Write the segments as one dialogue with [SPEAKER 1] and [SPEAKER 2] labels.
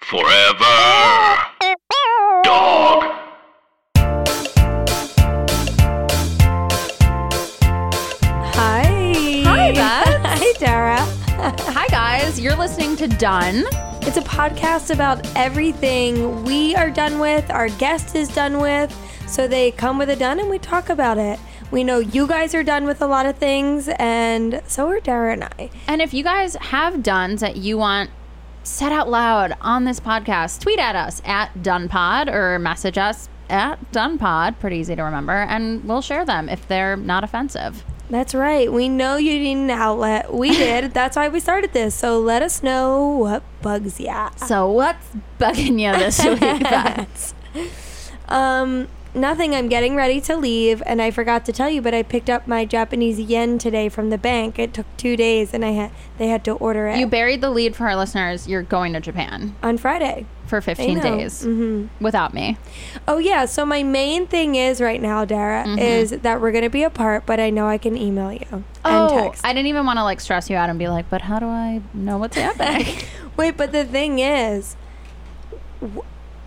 [SPEAKER 1] Forever. Dog.
[SPEAKER 2] Hi.
[SPEAKER 3] Hi, Beth.
[SPEAKER 2] Hi, Dara.
[SPEAKER 3] Hi, guys. You're listening to Done.
[SPEAKER 2] It's a podcast about everything we are done with, our guest is done with. So they come with a done and we talk about it. We know you guys are done with a lot of things, and so are Dara and I.
[SPEAKER 3] And if you guys have Duns that you want said out loud on this podcast, tweet at us at DunPod or message us at DunPod. Pretty easy to remember. And we'll share them if they're not offensive.
[SPEAKER 2] That's right. We know you need an outlet. We did. That's why we started this. So let us know what bugs ya.
[SPEAKER 3] So, what's bugging you this week, Beth?
[SPEAKER 2] Um, nothing. I'm getting ready to leave, and I forgot to tell you, but I picked up my Japanese yen today from the bank. It took two days, and I had they had to order it
[SPEAKER 3] You buried the lead for our listeners. You're going to Japan
[SPEAKER 2] on Friday.
[SPEAKER 3] for 15
[SPEAKER 2] I know. Mm-hmm.
[SPEAKER 3] days without me.
[SPEAKER 2] Oh yeah. So my main thing is right now, Dara,
[SPEAKER 3] Mm-hmm.
[SPEAKER 2] is that we're gonna be apart, but I know I can email you and
[SPEAKER 3] Oh,
[SPEAKER 2] text.
[SPEAKER 3] I didn't even want to like stress you out and be like, but how do I know what's happening?
[SPEAKER 2] Wait, but the thing is, w-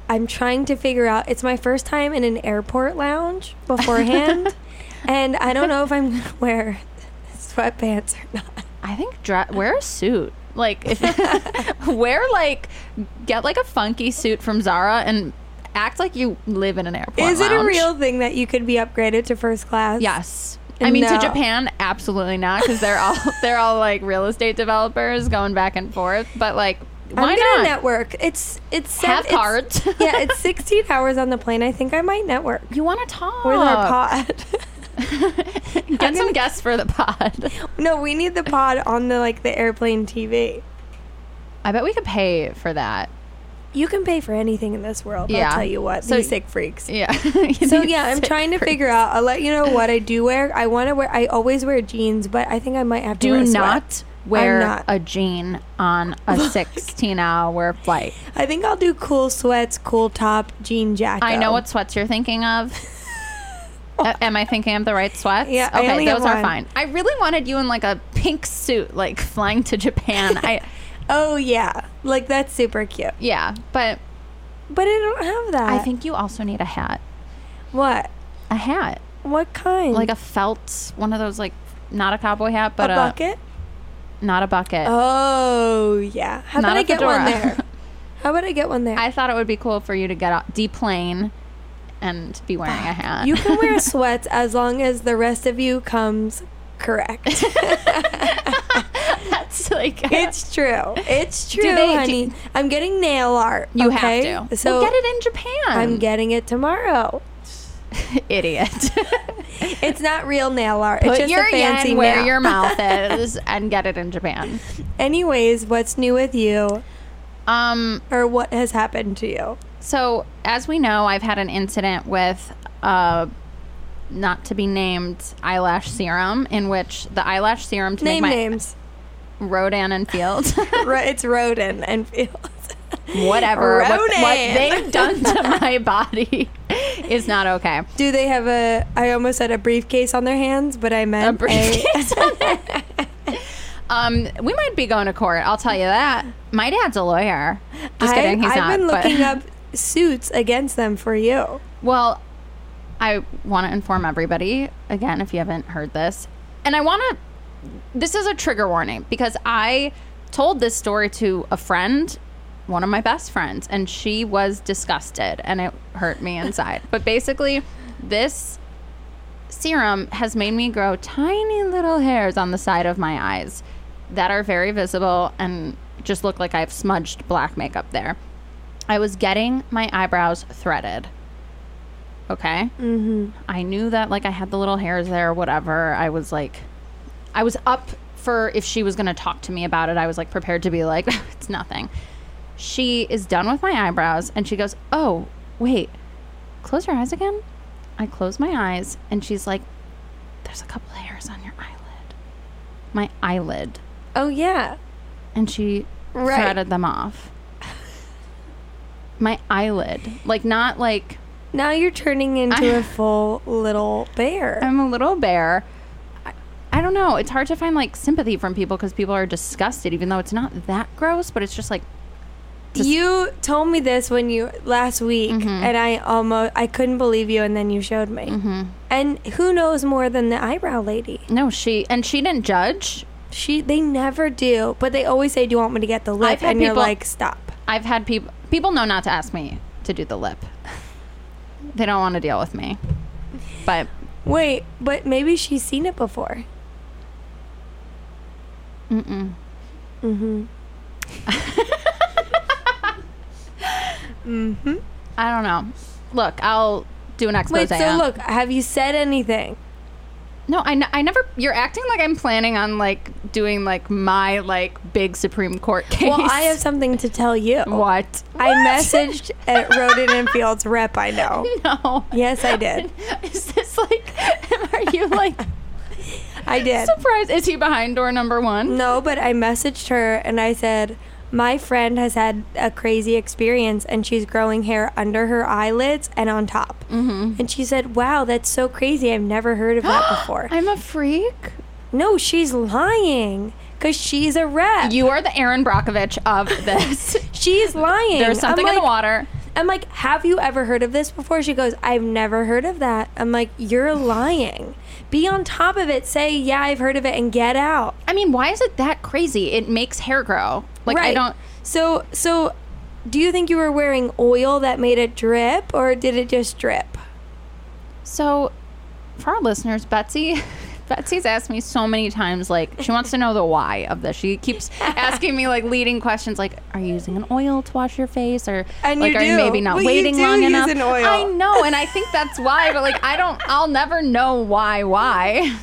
[SPEAKER 2] I'm trying to figure out. It's my first time in an airport lounge beforehand, and I don't know if I'm gonna wear sweatpants or not.
[SPEAKER 3] I think dre- wear a suit. Like if wear like get like a funky suit from Zara and act like you live in an airport.
[SPEAKER 2] Is it a
[SPEAKER 3] lounge.
[SPEAKER 2] real thing that you could be upgraded to first class?
[SPEAKER 3] Yes. I mean,
[SPEAKER 2] No.
[SPEAKER 3] to Japan, absolutely not, because they're all they're all like real estate developers going back and forth. But like, why
[SPEAKER 2] I'm gonna
[SPEAKER 3] not?
[SPEAKER 2] network. It's it's sev-
[SPEAKER 3] Have
[SPEAKER 2] it's-
[SPEAKER 3] cards.
[SPEAKER 2] yeah, it's 16 hours on the plane. I think I might network
[SPEAKER 3] you want to talk?
[SPEAKER 2] with our pod.
[SPEAKER 3] Get some guests for the pod.
[SPEAKER 2] no, we need the pod on the like the airplane TV.
[SPEAKER 3] I bet we could pay for that.
[SPEAKER 2] You can pay for anything in this world.
[SPEAKER 3] Yeah.
[SPEAKER 2] I'll tell you what.
[SPEAKER 3] So-
[SPEAKER 2] these sick freaks.
[SPEAKER 3] Yeah.
[SPEAKER 2] So yeah, I'm trying to figure out. I'll let you know what I do wear. I want to wear. I always wear jeans, but I think I might have to wear
[SPEAKER 3] Do
[SPEAKER 2] a sweat.
[SPEAKER 3] not wear
[SPEAKER 2] not.
[SPEAKER 3] a jean on a 16 hour flight.
[SPEAKER 2] I think I'll do cool sweats, cool top, jean jacket.
[SPEAKER 3] I know what sweats you're thinking of. A- Am I thinking of the right sweats?
[SPEAKER 2] Yeah, I
[SPEAKER 3] Okay,
[SPEAKER 2] only have
[SPEAKER 3] those are
[SPEAKER 2] one.
[SPEAKER 3] fine. I really wanted you in like a pink suit, like flying to Japan. I
[SPEAKER 2] Oh yeah, like that's super cute.
[SPEAKER 3] yeah, but
[SPEAKER 2] But I don't have that.
[SPEAKER 3] I think you also need a hat.
[SPEAKER 2] what?
[SPEAKER 3] A hat,
[SPEAKER 2] What kind?
[SPEAKER 3] like a felt, one of those like not a cowboy hat,
[SPEAKER 2] A
[SPEAKER 3] but a,
[SPEAKER 2] bucket?
[SPEAKER 3] not a bucket.
[SPEAKER 2] Oh yeah. How about
[SPEAKER 3] Not a
[SPEAKER 2] I get one
[SPEAKER 3] fedora.
[SPEAKER 2] there? How about I get one there?
[SPEAKER 3] I thought it would be cool for you to get out, deplane and be wearing a hat.
[SPEAKER 2] you can wear sweats as long as the rest of you comes correct.
[SPEAKER 3] That's like
[SPEAKER 2] it's true. It's true,
[SPEAKER 3] they- do-
[SPEAKER 2] honey. I'm getting nail art.
[SPEAKER 3] you
[SPEAKER 2] okay?
[SPEAKER 3] have to.
[SPEAKER 2] So
[SPEAKER 3] Well, get it in Japan.
[SPEAKER 2] I'm getting it tomorrow.
[SPEAKER 3] idiot.
[SPEAKER 2] It's not real nail art. it's
[SPEAKER 3] Put
[SPEAKER 2] just
[SPEAKER 3] your
[SPEAKER 2] a fancy
[SPEAKER 3] yen where
[SPEAKER 2] nail.
[SPEAKER 3] your mouth is and get it in Japan.
[SPEAKER 2] Anyways, what's new with you,
[SPEAKER 3] Um,
[SPEAKER 2] or what has happened to you?
[SPEAKER 3] so as we know, I've had an incident with uh, not to be named eyelash serum, in which the eyelash serum to
[SPEAKER 2] Name
[SPEAKER 3] make my
[SPEAKER 2] names.
[SPEAKER 3] Rodan and Fields,
[SPEAKER 2] Ro- it's Roden and Fields.
[SPEAKER 3] whatever, what, what
[SPEAKER 2] Rodan.
[SPEAKER 3] they've done to my body is not okay.
[SPEAKER 2] Do they have a? I almost said a briefcase on their hands, but I meant a
[SPEAKER 3] briefcase Um, we might be going to court. I'll tell you that. My dad's a lawyer. Just
[SPEAKER 2] I,
[SPEAKER 3] kidding. He's
[SPEAKER 2] have
[SPEAKER 3] not.
[SPEAKER 2] been
[SPEAKER 3] but-
[SPEAKER 2] looking up suits against them for you.
[SPEAKER 3] Well, I want to inform everybody again if you haven't heard this. And I want to this is a trigger warning because I told this story to a friend, one of my best friends, and she was disgusted and it hurt me inside. but basically, this serum has made me grow tiny little hairs on the side of my eyes that are very visible and just look like I've smudged black makeup there. I was getting my eyebrows threaded. Okay. Mm-hmm. I knew that, like, I had the little hairs there, whatever. I was like, I was up for if she was going to talk to me about it. I was like prepared to be like, it's nothing. she is done with my eyebrows and she goes, Oh, wait, close your eyes again. I close my eyes and she's like, There's a couple hairs on your eyelid. My eyelid.
[SPEAKER 2] Oh yeah.
[SPEAKER 3] And she
[SPEAKER 2] Right.
[SPEAKER 3] threaded them off. my eyelid. Like, not like
[SPEAKER 2] Now you're turning into
[SPEAKER 3] I-
[SPEAKER 2] a full little bear.
[SPEAKER 3] I'm a little bear. I- I don't know. It's hard to find like sympathy from people because people are disgusted, even though it's not that gross, but it's just like, just- Mm-hmm.
[SPEAKER 2] you told me this when you last week and I almost I couldn't believe you and then you showed me.
[SPEAKER 3] Mm-hmm.
[SPEAKER 2] And who knows more than the eyebrow lady?
[SPEAKER 3] no, she, and she didn't judge.
[SPEAKER 2] She they never do, but they always say do you want me to get the lip
[SPEAKER 3] I've had
[SPEAKER 2] and you're
[SPEAKER 3] people-
[SPEAKER 2] like stop.
[SPEAKER 3] I've had people people know not to ask me to do the lip. they don't want to deal with me. But
[SPEAKER 2] Wait, but maybe she's seen it before.
[SPEAKER 3] I don't know. Look, I'll do an expose.
[SPEAKER 2] Wait, so look, have you said anything?
[SPEAKER 3] No, I, n- I never. You're acting like I'm planning on like doing like my like big Supreme Court case.
[SPEAKER 2] Well, I have something to tell you.
[SPEAKER 3] what?
[SPEAKER 2] I messaged at Roden and Fields rep, I know.
[SPEAKER 3] No.
[SPEAKER 2] Yes, I did.
[SPEAKER 3] Is this like? Are you like
[SPEAKER 2] I did.
[SPEAKER 3] surprised? Is he behind door number one?
[SPEAKER 2] No, but I messaged her and I said, My friend has had a crazy experience and she's growing hair under her eyelids and on top. Mm-hmm. And she said, Wow, that's so crazy. I've never heard of that before.
[SPEAKER 3] I'm a freak.
[SPEAKER 2] no, she's lying because she's a rep.
[SPEAKER 3] You are the Aaron Brockovich of this.
[SPEAKER 2] she's lying.
[SPEAKER 3] There's something
[SPEAKER 2] I'm
[SPEAKER 3] in the
[SPEAKER 2] like,
[SPEAKER 3] water.
[SPEAKER 2] I'm like, Have you ever heard of this before? She goes, I've never heard of that. I'm like, You're lying. Be on top of it. Say, Yeah, I've heard of it and get out.
[SPEAKER 3] I mean, why is it that crazy? It makes hair grow. Like I don't.
[SPEAKER 2] So so, do you think you were wearing oil that made it drip, or did it just drip?
[SPEAKER 3] So, for our listeners, Betsy, Betsy's asked me so many times. Like she wants to know the why of this. She keeps asking me like leading questions, like Are you using an oil to wash your face, or
[SPEAKER 2] And
[SPEAKER 3] like
[SPEAKER 2] you
[SPEAKER 3] Are you
[SPEAKER 2] do.
[SPEAKER 3] maybe not
[SPEAKER 2] But you
[SPEAKER 3] waiting
[SPEAKER 2] do
[SPEAKER 3] long
[SPEAKER 2] use
[SPEAKER 3] enough?
[SPEAKER 2] an oil.
[SPEAKER 3] I know, and I think that's why. But like I don't. I'll never know why. Why?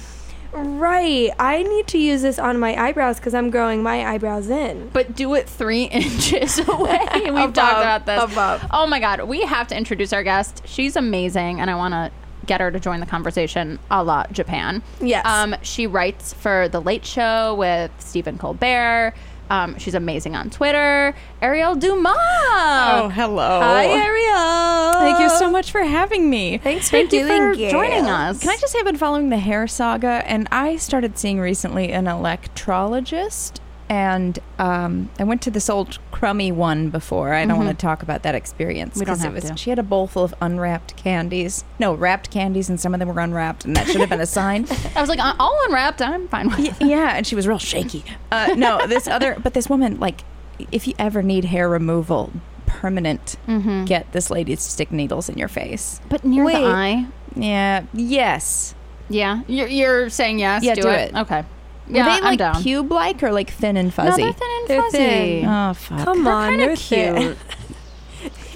[SPEAKER 2] Right. I need to use this on my eyebrows because I'm growing my eyebrows in.
[SPEAKER 3] But do it three inches away. We've
[SPEAKER 2] Above,
[SPEAKER 3] talked about this.
[SPEAKER 2] above.
[SPEAKER 3] Oh my God. We have to introduce our guest. She's amazing, and I want to get her to join the conversation a la Japan.
[SPEAKER 2] Yes.
[SPEAKER 3] Um, she writes for The Late Show with Stephen Colbert. Um, she's amazing on Twitter. Ariel Dumas. Uh,
[SPEAKER 4] Oh, hello.
[SPEAKER 2] Hi, Ariel.
[SPEAKER 4] Thank you so much for having me.
[SPEAKER 2] Thanks for
[SPEAKER 3] you
[SPEAKER 2] doing
[SPEAKER 3] for
[SPEAKER 2] it.
[SPEAKER 3] joining us.
[SPEAKER 4] Can I just say I've been following the hair saga, and I started seeing recently an electrologist, and um, I went to this old crummy one before. I don't want to talk about that experience
[SPEAKER 3] Mm-hmm. We don't
[SPEAKER 4] 'cause it
[SPEAKER 3] have
[SPEAKER 4] was-
[SPEAKER 3] to.
[SPEAKER 4] She had a bowl full of unwrapped candies. No, wrapped candies, and some of them were unwrapped, and that should have been a sign.
[SPEAKER 3] I was like, "Uh, all unwrapped. I'm fine with it.
[SPEAKER 4] yeah, and she was real shaky. Uh, no, this other, but this woman, like, if you ever need hair removal, permanent,
[SPEAKER 3] Mm-hmm.
[SPEAKER 4] get this lady to stick needles in your face.
[SPEAKER 3] But near
[SPEAKER 2] Wait.
[SPEAKER 3] the eye.
[SPEAKER 4] Yeah. Yes.
[SPEAKER 3] Yeah. You're, you're saying yes.
[SPEAKER 4] Yeah,
[SPEAKER 3] do,
[SPEAKER 4] do
[SPEAKER 3] it.
[SPEAKER 4] it.
[SPEAKER 3] Okay.
[SPEAKER 4] Were
[SPEAKER 3] Yeah,
[SPEAKER 4] they
[SPEAKER 3] I'm
[SPEAKER 4] like
[SPEAKER 3] down.
[SPEAKER 4] cube like or like thin and fuzzy?
[SPEAKER 3] No, they're thin and
[SPEAKER 2] They're
[SPEAKER 3] fuzzy.
[SPEAKER 2] thin.
[SPEAKER 4] Oh fuck.
[SPEAKER 2] Come on, they're
[SPEAKER 3] They're kind of
[SPEAKER 2] thin.
[SPEAKER 3] cute.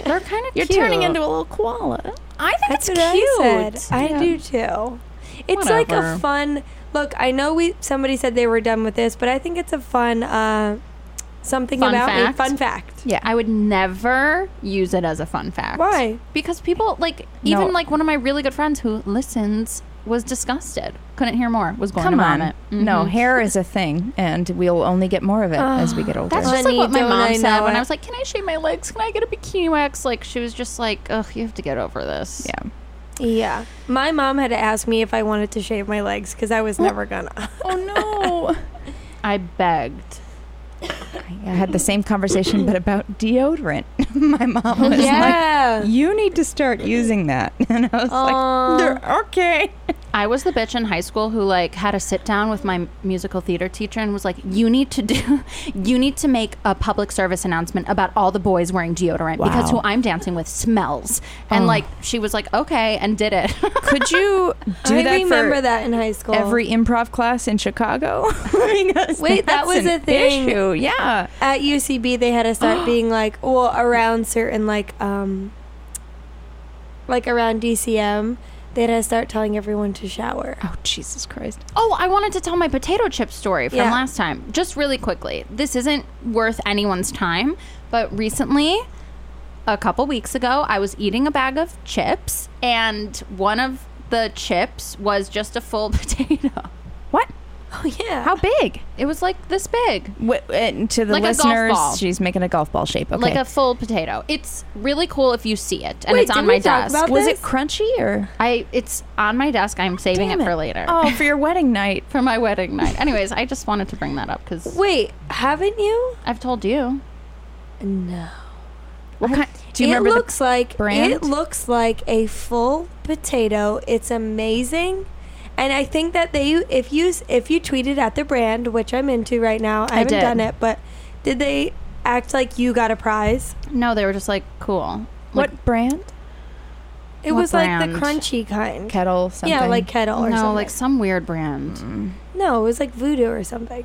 [SPEAKER 3] They're kind of
[SPEAKER 4] You're turning into a little koala.
[SPEAKER 3] I think
[SPEAKER 2] That's
[SPEAKER 3] it's
[SPEAKER 2] what
[SPEAKER 3] cute.
[SPEAKER 2] I said. I do too. It's like a
[SPEAKER 3] Whatever.
[SPEAKER 2] fun look. I know we somebody said they were done with this, but I think it's a fun uh, something
[SPEAKER 3] Fun
[SPEAKER 2] about me.
[SPEAKER 3] fact?
[SPEAKER 2] Fun fact.
[SPEAKER 4] Yeah.
[SPEAKER 3] I would never use it as a fun fact.
[SPEAKER 2] Why?
[SPEAKER 3] Because people like even
[SPEAKER 4] No.
[SPEAKER 3] like one of my really good friends who listens was disgusted. Couldn't hear more. Was going
[SPEAKER 4] Come
[SPEAKER 3] to
[SPEAKER 4] on.
[SPEAKER 3] vomit. Mm-hmm.
[SPEAKER 4] No, hair is a thing, and we'll only get more of it as we get older.
[SPEAKER 3] That's just
[SPEAKER 2] Honey,
[SPEAKER 3] like what my
[SPEAKER 2] don't
[SPEAKER 3] mom
[SPEAKER 2] I
[SPEAKER 3] said
[SPEAKER 2] know
[SPEAKER 3] when I
[SPEAKER 2] it.
[SPEAKER 3] was like, "Can I shave my legs? Can I get a bikini wax?" Like she was just like, "Ugh, you have to get over this."
[SPEAKER 4] yeah.
[SPEAKER 2] Yeah. My mom had to ask me if I wanted to shave my legs because I was never gonna.
[SPEAKER 4] Oh no.
[SPEAKER 3] I begged.
[SPEAKER 4] I had the same conversation, but about deodorant. My mom was
[SPEAKER 2] Yeah.
[SPEAKER 4] like, "You need to start using that," and I was
[SPEAKER 2] Aw.
[SPEAKER 4] like, "They're- "Okay."
[SPEAKER 3] I was the bitch in high school who like had a sit down with my musical theater teacher and was like, "You need to do, you need to make a public service announcement about all the boys wearing deodorant because who
[SPEAKER 4] Wow. Oh.
[SPEAKER 3] I'm dancing with smells." And like she was like, "Okay," and did it.
[SPEAKER 4] Could you do
[SPEAKER 2] I
[SPEAKER 4] that
[SPEAKER 2] remember
[SPEAKER 4] for
[SPEAKER 2] that in high school.
[SPEAKER 4] every improv class in Chicago? Because
[SPEAKER 2] Wait, that
[SPEAKER 4] that's
[SPEAKER 2] was a
[SPEAKER 4] an
[SPEAKER 2] thing.
[SPEAKER 4] Issue. Yeah.
[SPEAKER 2] at UCB they had to start being like, well, around certain like um like around DCM, they had to start telling everyone to shower.
[SPEAKER 4] Oh Jesus Christ!
[SPEAKER 3] Oh, I wanted to tell my potato chip story from
[SPEAKER 2] Yeah.
[SPEAKER 3] last time, just really quickly. This isn't worth anyone's time, But recently, a couple weeks ago, I was eating a bag of chips, and one of the chips was just a full potato.
[SPEAKER 4] What?
[SPEAKER 2] Oh yeah.
[SPEAKER 4] How big?
[SPEAKER 3] It was like this big.
[SPEAKER 4] What, and to the
[SPEAKER 3] Like a golf
[SPEAKER 4] listeners,
[SPEAKER 3] ball.
[SPEAKER 4] she's making a golf ball shape. Okay.
[SPEAKER 3] Like a full potato. It's really cool if you see it, and
[SPEAKER 2] Wait,
[SPEAKER 3] it's on
[SPEAKER 2] did
[SPEAKER 3] my
[SPEAKER 2] we talk
[SPEAKER 3] desk.
[SPEAKER 2] about
[SPEAKER 4] was
[SPEAKER 2] this?
[SPEAKER 4] it crunchy or?
[SPEAKER 3] I it's on my desk. I'm saving it,
[SPEAKER 4] Damn
[SPEAKER 3] for later.
[SPEAKER 4] Oh, for your wedding night.
[SPEAKER 3] For my wedding night. Anyways, I just wanted to bring that up because
[SPEAKER 2] Wait, haven't you?
[SPEAKER 3] I've told you.
[SPEAKER 2] No.
[SPEAKER 4] What kind? Do you
[SPEAKER 2] it
[SPEAKER 4] remember the-
[SPEAKER 2] looks like
[SPEAKER 4] brand?
[SPEAKER 2] it looks like a full potato. It's amazing. And I think that they if you if you tweeted at the brand, which I'm into right now, I, haven't
[SPEAKER 3] did.
[SPEAKER 2] done it, but did they act like you got a prize?
[SPEAKER 3] No, they were just like cool. Like,
[SPEAKER 4] what brand?
[SPEAKER 2] It
[SPEAKER 3] What
[SPEAKER 2] was like the
[SPEAKER 3] brand?
[SPEAKER 2] crunchy kind.
[SPEAKER 4] Kettle something.
[SPEAKER 2] Yeah, like kettle or
[SPEAKER 3] no,
[SPEAKER 2] something.
[SPEAKER 3] like some weird brand.
[SPEAKER 4] Mm.
[SPEAKER 2] no, it was like voodoo or something.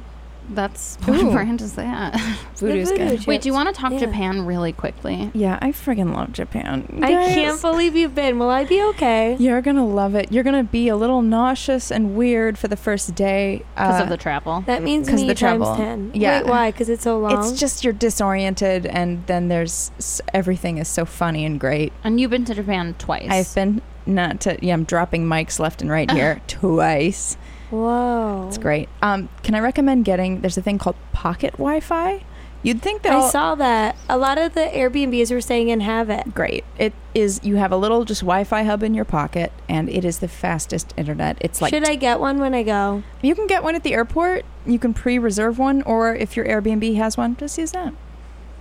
[SPEAKER 3] That's what
[SPEAKER 4] Ooh.
[SPEAKER 3] brand is that?
[SPEAKER 2] The
[SPEAKER 4] Voodoo's
[SPEAKER 2] voodoo
[SPEAKER 4] good.
[SPEAKER 2] chips.
[SPEAKER 3] Wait, do you want to talk
[SPEAKER 2] Yeah.
[SPEAKER 3] Japan really quickly?
[SPEAKER 4] Yeah, I friggin' love Japan.
[SPEAKER 2] I
[SPEAKER 4] Guys,
[SPEAKER 2] can't believe you've been. Will I be okay?
[SPEAKER 4] You're gonna love it. You're gonna be a little nauseous and weird for the first day
[SPEAKER 3] Because
[SPEAKER 4] uh,
[SPEAKER 3] of the travel.
[SPEAKER 2] That means
[SPEAKER 4] 'Cause
[SPEAKER 2] me
[SPEAKER 4] the
[SPEAKER 2] times
[SPEAKER 4] trouble.
[SPEAKER 2] ten.
[SPEAKER 4] Yeah.
[SPEAKER 2] Wait, why? Because it's so long.
[SPEAKER 4] It's just you're disoriented, and then there's s- everything is so funny and great.
[SPEAKER 3] And you've been to Japan twice.
[SPEAKER 4] I've been not to yeah, I'm dropping mics left and right here twice.
[SPEAKER 2] whoa.
[SPEAKER 4] It's great. Um, can I recommend getting? There's a thing called Pocket Wi-Fi. You'd think that
[SPEAKER 2] I
[SPEAKER 4] all-
[SPEAKER 2] saw that. A lot of the Airbnbs were staying in have it.
[SPEAKER 4] great. It is. You have a little just Wi-Fi hub in your pocket, and it is the fastest internet. It's like
[SPEAKER 2] Should I get one when I go?
[SPEAKER 4] You can get one at the airport. You can pre-reserve one, or if your Airbnb has one, just use that.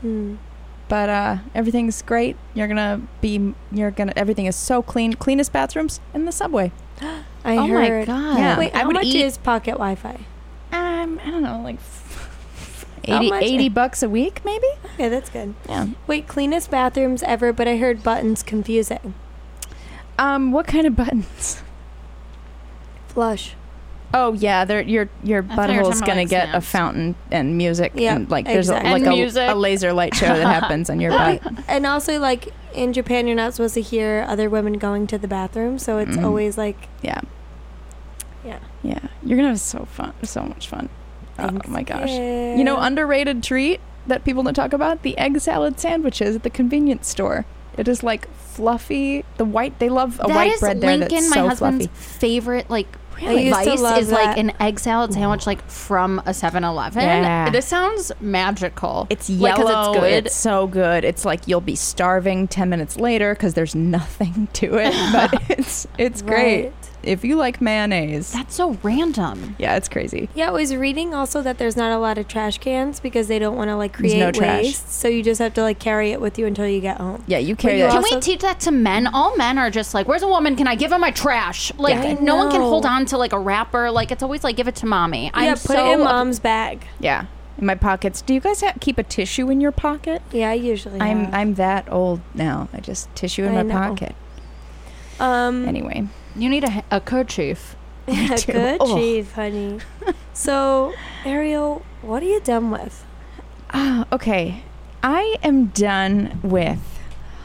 [SPEAKER 2] Hmm.
[SPEAKER 4] But uh, everything's great. You're gonna be. You're gonna. Everything is so clean. Cleanest bathrooms in the subway.
[SPEAKER 2] I
[SPEAKER 3] Oh my
[SPEAKER 2] heard.
[SPEAKER 3] God.
[SPEAKER 4] Yeah.
[SPEAKER 2] Wait,
[SPEAKER 4] I
[SPEAKER 2] how
[SPEAKER 4] would
[SPEAKER 2] much
[SPEAKER 4] eat-
[SPEAKER 2] is pocket Wi-Fi?
[SPEAKER 4] Um, I don't know, like f-
[SPEAKER 2] How
[SPEAKER 4] 80,
[SPEAKER 2] much-
[SPEAKER 4] 80 bucks a week, maybe.
[SPEAKER 2] Okay, that's good.
[SPEAKER 4] Yeah.
[SPEAKER 2] Wait, cleanest bathrooms ever, but I heard buttons confusing.
[SPEAKER 4] Um, what kind of buttons?
[SPEAKER 2] Flush.
[SPEAKER 4] Oh yeah, they're, your your
[SPEAKER 3] I thought you were
[SPEAKER 4] butthole's
[SPEAKER 3] talking about,
[SPEAKER 4] gonna
[SPEAKER 3] like,
[SPEAKER 4] get a
[SPEAKER 3] snaps.
[SPEAKER 4] fountain and music
[SPEAKER 2] Yeah,
[SPEAKER 4] and like there's
[SPEAKER 2] exactly.
[SPEAKER 4] a, like
[SPEAKER 3] And
[SPEAKER 4] a,
[SPEAKER 3] music.
[SPEAKER 4] a laser light show that happens on your butt.
[SPEAKER 2] And also, like in Japan, you're not supposed to hear other women going to the bathroom, so it's
[SPEAKER 4] Mm.
[SPEAKER 2] always like
[SPEAKER 4] Yeah.
[SPEAKER 2] Yeah.
[SPEAKER 4] Yeah, you're gonna have so fun, so much fun.
[SPEAKER 2] Thanks,
[SPEAKER 4] oh my gosh.
[SPEAKER 2] kid.
[SPEAKER 4] You know, underrated treat that people don't talk about the egg salad sandwiches at the convenience store. It is like fluffy. The white they love a
[SPEAKER 3] That
[SPEAKER 4] white
[SPEAKER 3] is
[SPEAKER 4] bread there
[SPEAKER 3] Lincoln,
[SPEAKER 4] that's
[SPEAKER 3] my
[SPEAKER 4] so
[SPEAKER 3] husband's
[SPEAKER 4] fluffy.
[SPEAKER 3] favorite like
[SPEAKER 2] Really? I used to
[SPEAKER 3] vice
[SPEAKER 2] love
[SPEAKER 3] is like
[SPEAKER 2] that.
[SPEAKER 3] an egg salad sandwich like from a 7-Eleven.
[SPEAKER 4] Mm. Yeah.
[SPEAKER 3] This sounds magical.
[SPEAKER 4] It's
[SPEAKER 3] Like, 'cause
[SPEAKER 4] yellow.
[SPEAKER 3] it's good.
[SPEAKER 4] It's so good. It's like you'll be starving ten minutes later because there's nothing to it. But it's it's great
[SPEAKER 2] Right.
[SPEAKER 4] if you like mayonnaise.
[SPEAKER 3] That's so random.
[SPEAKER 4] yeah, it's crazy.
[SPEAKER 2] Yeah, I was reading also that there's not a lot of trash cans because they don't want to like
[SPEAKER 4] There's
[SPEAKER 2] create
[SPEAKER 4] no trash.
[SPEAKER 2] waste, so you just have to like carry it with you until you get home.
[SPEAKER 4] Yeah, you carry
[SPEAKER 2] you
[SPEAKER 4] that.
[SPEAKER 3] Can
[SPEAKER 2] Also-
[SPEAKER 3] we teach that to men? All men are just like, "Where's a woman? Can I give her my trash?" Like,
[SPEAKER 4] Yeah. I
[SPEAKER 3] no one can
[SPEAKER 2] know.
[SPEAKER 3] hold on to like a wrapper. Like, it's always like, "Give it to mommy." I'm
[SPEAKER 2] yeah, put
[SPEAKER 3] so
[SPEAKER 2] it in mom's bag.
[SPEAKER 4] yeah, in my pockets. Do you guys ha keep a tissue in your pocket?
[SPEAKER 2] Yeah, I usually.
[SPEAKER 4] I'm
[SPEAKER 2] have.
[SPEAKER 4] I'm that old now. I just tissue in
[SPEAKER 2] I
[SPEAKER 4] my
[SPEAKER 2] know.
[SPEAKER 4] pocket.
[SPEAKER 2] Um,
[SPEAKER 4] Anyway,
[SPEAKER 3] You need a, a kerchief.
[SPEAKER 2] yeah,
[SPEAKER 4] too.
[SPEAKER 2] good
[SPEAKER 4] Oh.
[SPEAKER 2] chief, honey. so, Ariel, what are you done with?
[SPEAKER 4] ah, okay. I am done with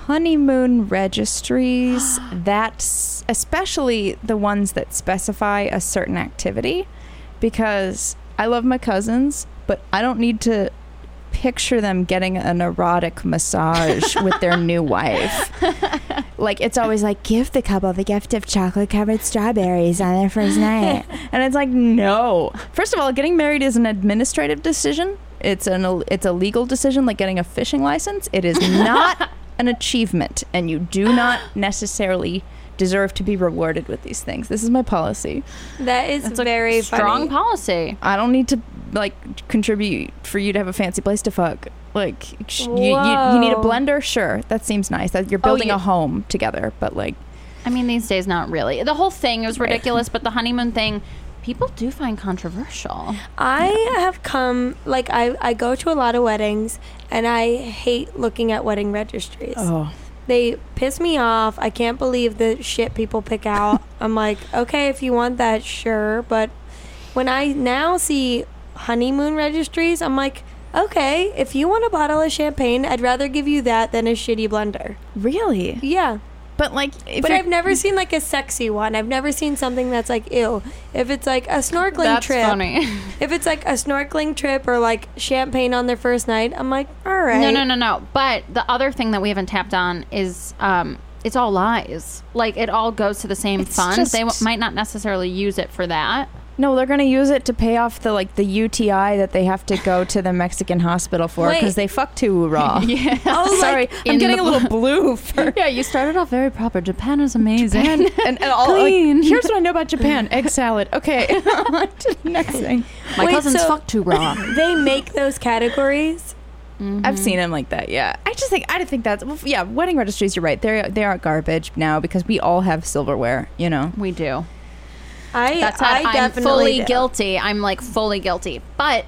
[SPEAKER 4] honeymoon registries. That's especially the ones that specify a certain activity, because I love my cousins, but I don't need to picture them getting an erotic massage with their new wife. like it's always like give the couple the gift of chocolate covered strawberries on their first night and it's like no first of all getting married is an administrative decision it's an it's a legal decision like getting a fishing license it is not an achievement and you do not necessarily deserve to be rewarded with these things this is my policy
[SPEAKER 2] That is
[SPEAKER 3] It's a
[SPEAKER 2] very
[SPEAKER 3] strong
[SPEAKER 2] funny.
[SPEAKER 3] policy.
[SPEAKER 4] i don't need to like contribute for you to have a fancy place to fuck like sh- you, you, you need a
[SPEAKER 2] Whoa. Oh,
[SPEAKER 4] blender sure that seems nice that you're building
[SPEAKER 3] you-
[SPEAKER 4] a home together but like
[SPEAKER 3] I mean, these days, not really. The whole thing is
[SPEAKER 4] Right.
[SPEAKER 3] ridiculous, but the honeymoon thing, people do find controversial.
[SPEAKER 2] I have come like I I go to a lot of weddings and I hate looking at wedding registries.
[SPEAKER 4] oh
[SPEAKER 2] They piss me off. I can't believe the shit people pick out. I'm like, okay, if you want that, sure. But when I now see honeymoon registries, I'm like, okay, if you want a bottle of champagne, I'd rather give you that than a shitty blender.
[SPEAKER 4] really
[SPEAKER 2] Yeah.
[SPEAKER 4] But like, if
[SPEAKER 2] But
[SPEAKER 4] you're-
[SPEAKER 2] I've never seen like a sexy one. I've never seen something that's like ew. If it's like a snorkeling
[SPEAKER 3] That's
[SPEAKER 2] trip,
[SPEAKER 3] funny.
[SPEAKER 2] if it's like a snorkeling trip or like champagne on their first night, I'm like, all right.
[SPEAKER 3] No, no, no, no. But the other thing that we haven't tapped on is um, it's all lies. Like it all goes to the same
[SPEAKER 4] It's
[SPEAKER 3] fund.
[SPEAKER 4] just-
[SPEAKER 3] They w- might not necessarily use it for that.
[SPEAKER 4] no, they're gonna use it to pay off the like the UTI that they have to go to the Mexican hospital for
[SPEAKER 2] Wait.
[SPEAKER 4] because they fuck too raw.
[SPEAKER 3] Yeah.
[SPEAKER 4] Oh, sorry,
[SPEAKER 3] in
[SPEAKER 4] I'm getting
[SPEAKER 3] the
[SPEAKER 4] a little blue for
[SPEAKER 3] yeah, you started off very proper. Japan is amazing.
[SPEAKER 4] and, and, and all like,
[SPEAKER 3] Clean.
[SPEAKER 4] here's what I know about Japan: egg salad. Okay, on to the next thing.
[SPEAKER 3] My
[SPEAKER 2] Wait,
[SPEAKER 3] cousin's
[SPEAKER 2] so-
[SPEAKER 3] fucked too raw.
[SPEAKER 2] They make those categories.
[SPEAKER 4] I've seen him like that. Yeah, I just think I don't think that's well, yeah. Wedding registries, you're right. They they are garbage now because we all have silverware. You know.
[SPEAKER 3] we do.
[SPEAKER 2] I
[SPEAKER 3] That's how
[SPEAKER 2] I
[SPEAKER 3] I am
[SPEAKER 2] definitely
[SPEAKER 3] fully
[SPEAKER 2] do.
[SPEAKER 3] guilty. I'm like fully guilty. But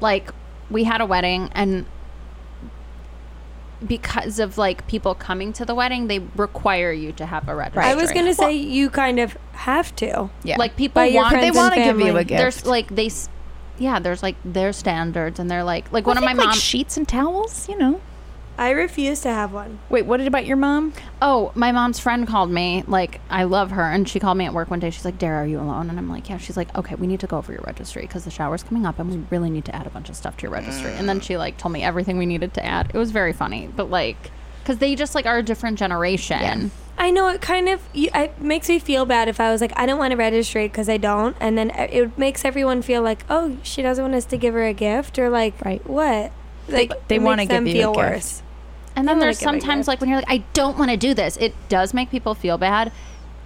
[SPEAKER 3] like we had a wedding and because of like people coming to the wedding, they require you to have a registry.
[SPEAKER 2] I was gonna say you kind of have to.
[SPEAKER 4] Yeah.
[SPEAKER 3] Like people
[SPEAKER 2] By your
[SPEAKER 3] want
[SPEAKER 2] friends
[SPEAKER 4] they
[SPEAKER 2] and
[SPEAKER 4] want to give you
[SPEAKER 2] family.
[SPEAKER 4] a gift.
[SPEAKER 3] there's like they s- yeah, there's like their standards and they're like like one of my mom
[SPEAKER 4] sheets and towels. You know.
[SPEAKER 2] I refuse to have one.
[SPEAKER 4] Wait, what did about your mom?
[SPEAKER 3] Oh, my mom's friend called me. Like, I love her. And she called me at work one day. She's like, Dara, are you alone? And I'm like, yeah. She's like, okay, we need to go over your registry because the shower's coming up and we really need to add a bunch of stuff to your registry. And then she, like, told me everything we needed to add. It was very funny. But, like, because they just, like, are a different generation.
[SPEAKER 2] I know it kind of you- it makes me feel bad if I was like I don't want to register because I don't, and then it makes everyone feel like oh she doesn't want us to give her a gift or like
[SPEAKER 4] Right.
[SPEAKER 2] what like
[SPEAKER 4] they
[SPEAKER 2] it
[SPEAKER 4] wanna
[SPEAKER 2] makes them
[SPEAKER 4] give you a
[SPEAKER 2] feel
[SPEAKER 4] gift.
[SPEAKER 2] worse.
[SPEAKER 3] And then
[SPEAKER 2] wanna
[SPEAKER 3] there's
[SPEAKER 2] give a
[SPEAKER 3] sometimes,
[SPEAKER 2] gift.
[SPEAKER 3] like, when you're like, I don't want to do this, it does make people feel bad,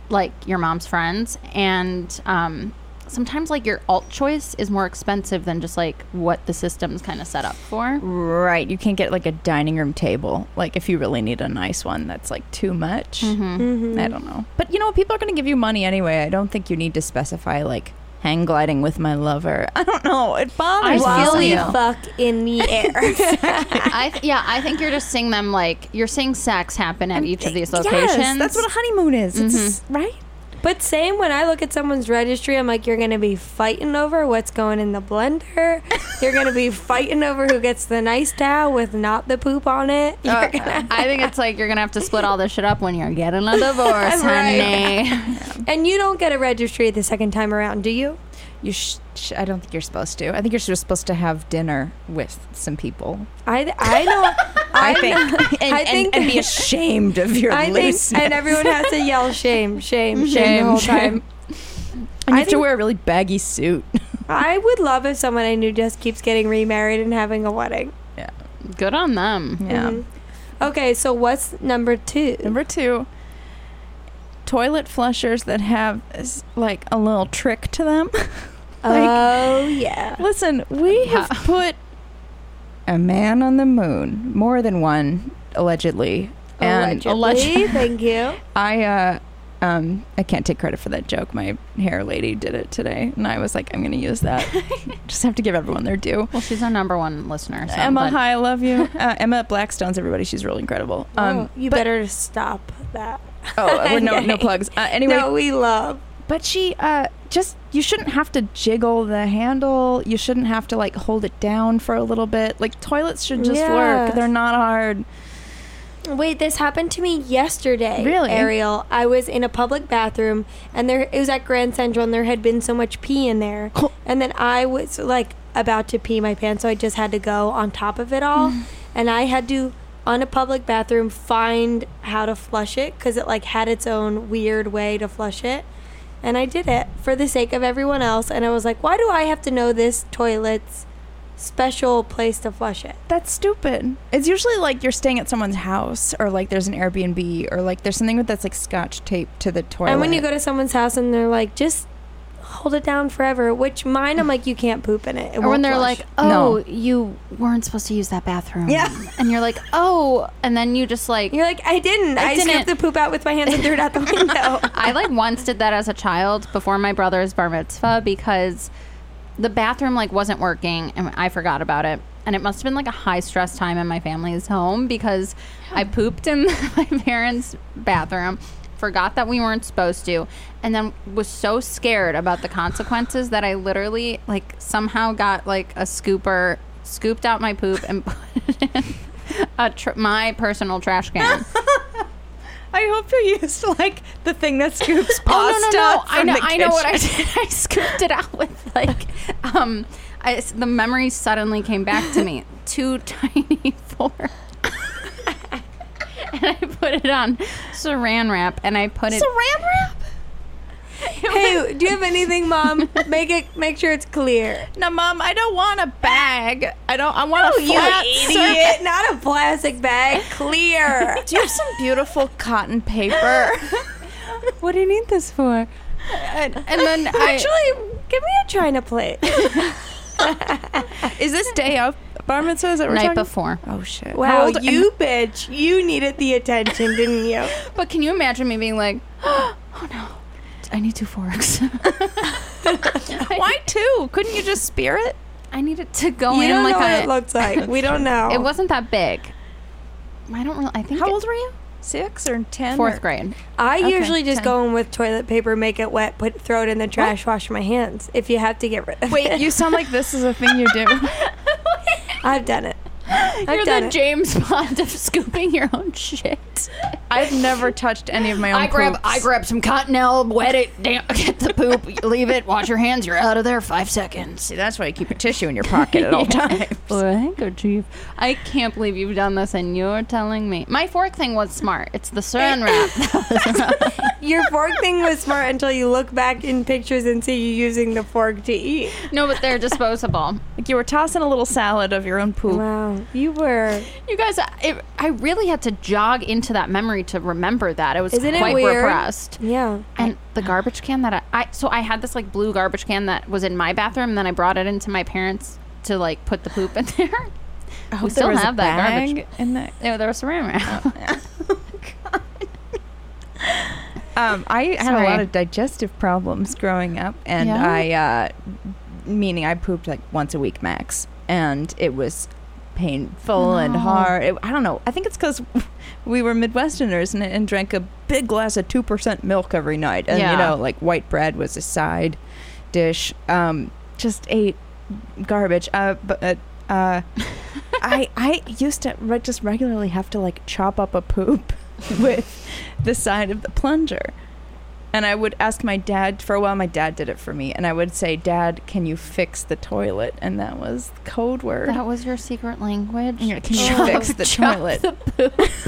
[SPEAKER 3] like your mom's friends. And, um, Sometimes, like your alt choice is more expensive than just like what the system's kind of set up for.
[SPEAKER 4] Right, you can't get like a dining room table. Like if you really need a nice one, that's like too much.
[SPEAKER 2] Mm-hmm.
[SPEAKER 4] I don't know, but you know, what? people are going to give you money anyway. I don't think you need to specify like hang gliding with my lover. I don't know. It bothers
[SPEAKER 3] I
[SPEAKER 4] me.
[SPEAKER 3] feel
[SPEAKER 2] Wally
[SPEAKER 3] you.
[SPEAKER 4] somehow.
[SPEAKER 2] fuck in the air.
[SPEAKER 3] I th- yeah, I think you're just seeing them like you're seeing sex happen at each of these locations.
[SPEAKER 4] Yes, that's what a honeymoon is. It's right.
[SPEAKER 2] but same when I look at someone's registry, I'm like you're gonna be fighting over what's going in the blender. You're gonna be fighting over who gets the nice towel with not the poop on it. You're gonna
[SPEAKER 3] Uh, I think it's like you're gonna have to split all this shit up when you're getting a divorce,
[SPEAKER 2] Right.
[SPEAKER 3] honey.
[SPEAKER 2] and you don't get a registry the second time around, do you?
[SPEAKER 4] You sh- sh- I don't think you're supposed to. I think you're just supposed to have dinner with some people.
[SPEAKER 2] I I know.
[SPEAKER 4] I, think, and,
[SPEAKER 2] I
[SPEAKER 4] and-
[SPEAKER 2] think-
[SPEAKER 4] and be ashamed of your
[SPEAKER 2] I think,
[SPEAKER 4] looseness.
[SPEAKER 2] and everyone has to yell shame, shame, shame,
[SPEAKER 4] Shame,
[SPEAKER 2] the whole
[SPEAKER 4] shame.
[SPEAKER 2] time.
[SPEAKER 4] And you
[SPEAKER 2] I
[SPEAKER 4] have to
[SPEAKER 2] think-
[SPEAKER 4] wear a really baggy suit.
[SPEAKER 2] I would love if someone I knew just keeps getting remarried and having a wedding.
[SPEAKER 4] yeah.
[SPEAKER 3] Good on
[SPEAKER 2] Mm-hmm.
[SPEAKER 3] them.
[SPEAKER 4] Yeah.
[SPEAKER 2] Okay, so what's number two?
[SPEAKER 4] Number two, toilet flushers that have s- like a little trick to them. like,
[SPEAKER 2] oh yeah,
[SPEAKER 4] listen, we have put a man on the moon, more than one, allegedly. And
[SPEAKER 2] allegedly. Thank you.
[SPEAKER 4] I, uh, um, I can't take credit for that joke. My hair lady did it today, and I was like, I'm going to use that. Just have to give everyone their due.
[SPEAKER 3] Well, she's our number one listener. So,
[SPEAKER 4] Emma,
[SPEAKER 3] but-
[SPEAKER 4] hi, I love you. Uh, Emma at Blackstone's, everybody, she's really incredible.
[SPEAKER 2] oh, you better stop that.
[SPEAKER 4] Um, Oh, uh, no, no plugs. Uh, anyway,
[SPEAKER 2] no, we love.
[SPEAKER 4] But she uh, just you shouldn't have to jiggle the handle. You shouldn't have to like hold it down for a little bit. Like toilets should just
[SPEAKER 2] Yeah.
[SPEAKER 4] work. They're not hard.
[SPEAKER 2] Wait, this happened to me yesterday.
[SPEAKER 4] Really?
[SPEAKER 2] Ariel, I was in a public bathroom, and there it was at Grand Central, and there had been so much pee in there, and then I was like about to pee my pants, so I just had to go on top of it all, and I had to on a public bathroom find how to flush it because it like had its own weird way to flush it. And I did it for the sake of everyone else. And I was like, why do I have to know this toilet's special place to flush it?
[SPEAKER 4] That's stupid. It's usually like you're staying at someone's house or like there's an Airbnb or like there's something with that's like scotch tape to the toilet.
[SPEAKER 2] And when you go to someone's house and they're like, just hold it down forever, which mine, I'm like, you can't poop in it. it
[SPEAKER 3] Or when
[SPEAKER 2] won't
[SPEAKER 3] they're
[SPEAKER 2] flush."
[SPEAKER 3] like,
[SPEAKER 4] No.
[SPEAKER 3] "Oh, you weren't supposed to use that bathroom,"
[SPEAKER 4] Yeah.
[SPEAKER 3] and you're like, "Oh," and then you just like
[SPEAKER 2] you're like, I didn't. I,
[SPEAKER 3] didn't."
[SPEAKER 2] scooped the poop out with my hands and threw it out the window.
[SPEAKER 3] I like once did that as a child before my brother's bar mitzvah because the bathroom like wasn't working and I forgot about it. And it must have been like a high stress time in my family's home because I pooped in my parents' bathroom, forgot that we weren't supposed to, and then was so scared about the consequences that I literally like somehow got like a scooper, scooped out my poop and put it in a tr- my personal trash can.
[SPEAKER 4] I hope you used like the thing that scoops pasta.
[SPEAKER 3] Oh no no no! I
[SPEAKER 4] from
[SPEAKER 3] know
[SPEAKER 4] the
[SPEAKER 3] I know what I
[SPEAKER 4] kitchen.
[SPEAKER 3] did. I scooped it out with like, um, I, the memory suddenly came back to me. Two tiny forks. and I put it on saran wrap, and I put it.
[SPEAKER 4] Saran wrap.
[SPEAKER 2] Hey, do you have anything, mom? Make it. Make sure it's clear.
[SPEAKER 4] No, mom, I don't want a bag. I don't. I want a flat surface.
[SPEAKER 2] Circuit, not a plastic bag. Clear.
[SPEAKER 4] Do you have some beautiful cotton paper?
[SPEAKER 3] What do you need this for? And, and then I,
[SPEAKER 2] Actually, give me a china plate.
[SPEAKER 4] Is this day of bar mitzvah? Is that what we're
[SPEAKER 3] night
[SPEAKER 4] talking?
[SPEAKER 3] before.
[SPEAKER 4] Oh shit.
[SPEAKER 2] Wow, you bitch. You needed the attention, didn't you?
[SPEAKER 3] But can you imagine me being like, oh no, I need two forks.
[SPEAKER 4] Why two? Couldn't you just spear it?
[SPEAKER 3] I need it to go
[SPEAKER 2] You
[SPEAKER 3] in
[SPEAKER 2] don't
[SPEAKER 3] like
[SPEAKER 2] know
[SPEAKER 3] a.
[SPEAKER 2] what it looks like. We don't know.
[SPEAKER 3] It wasn't that big. I don't really. I think
[SPEAKER 4] How
[SPEAKER 3] it-
[SPEAKER 4] old were you? Six or ten?
[SPEAKER 3] Fourth grade.
[SPEAKER 2] I
[SPEAKER 4] Okay,
[SPEAKER 2] usually just
[SPEAKER 4] ten.
[SPEAKER 2] go in with toilet paper, make it wet, put throw it in the trash, wash my hands. If you have to get rid of
[SPEAKER 4] Wait,
[SPEAKER 2] it,
[SPEAKER 4] you sound like this is a thing you do.
[SPEAKER 2] I've done it. I've
[SPEAKER 3] You're
[SPEAKER 2] done
[SPEAKER 3] the
[SPEAKER 2] it.
[SPEAKER 3] James Bond of scooping your own shit.
[SPEAKER 4] I've never touched any of my own.
[SPEAKER 3] I grab,
[SPEAKER 4] poops.
[SPEAKER 3] I grab some cottonelle, wet it, damn, get the poop, leave it, wash your hands. You're out of there five seconds.
[SPEAKER 4] See, that's why you keep a tissue in your pocket at all times.
[SPEAKER 3] handkerchief. I can't believe you've done this, and you're telling me my fork thing was smart. It's the saran wrap.
[SPEAKER 2] Your fork thing was smart until you look back in pictures and see you using the fork to eat.
[SPEAKER 3] no, but they're disposable.
[SPEAKER 4] Like you were tossing a little salad of your own poop.
[SPEAKER 2] Wow, you were.
[SPEAKER 3] You guys, I, I really had to jog into that memory to remember that. It was
[SPEAKER 2] Isn't it
[SPEAKER 3] quite
[SPEAKER 2] weird?
[SPEAKER 3] repressed.
[SPEAKER 2] Yeah.
[SPEAKER 4] Oh,
[SPEAKER 3] And the garbage can that I, I so I had this like blue garbage can that was in my bathroom, and then I brought it into my parents to like put the poop in there.
[SPEAKER 4] I
[SPEAKER 3] We
[SPEAKER 4] hope
[SPEAKER 3] still
[SPEAKER 4] there was a
[SPEAKER 3] have that
[SPEAKER 4] bag
[SPEAKER 3] garbage.
[SPEAKER 4] in that.
[SPEAKER 3] No, there was saran wrap.
[SPEAKER 4] Um, I had
[SPEAKER 3] Sorry.
[SPEAKER 4] a lot of digestive problems growing up, and
[SPEAKER 3] Yeah?
[SPEAKER 4] I, uh, meaning I pooped like once a week max, and it was painful and
[SPEAKER 3] No.
[SPEAKER 4] hard. It- I don't know. I think it's because we were Midwesterners and, and drank a big glass of two percent milk every night, and you
[SPEAKER 3] Yeah.
[SPEAKER 4] know, like white bread was a side dish. Um, just ate garbage. Uh, but. Uh, uh, I I used to re- just regularly have to like chop up a poop with the side of the plunger. And I would ask my dad for a while. My dad did it for me, and I would say, "Dad, can you fix the toilet?" And that was the code word.
[SPEAKER 3] that was your secret language.
[SPEAKER 4] Yeah, can you
[SPEAKER 3] Chop-
[SPEAKER 4] fix the
[SPEAKER 3] chop
[SPEAKER 4] toilet?
[SPEAKER 3] the poop.
[SPEAKER 4] Just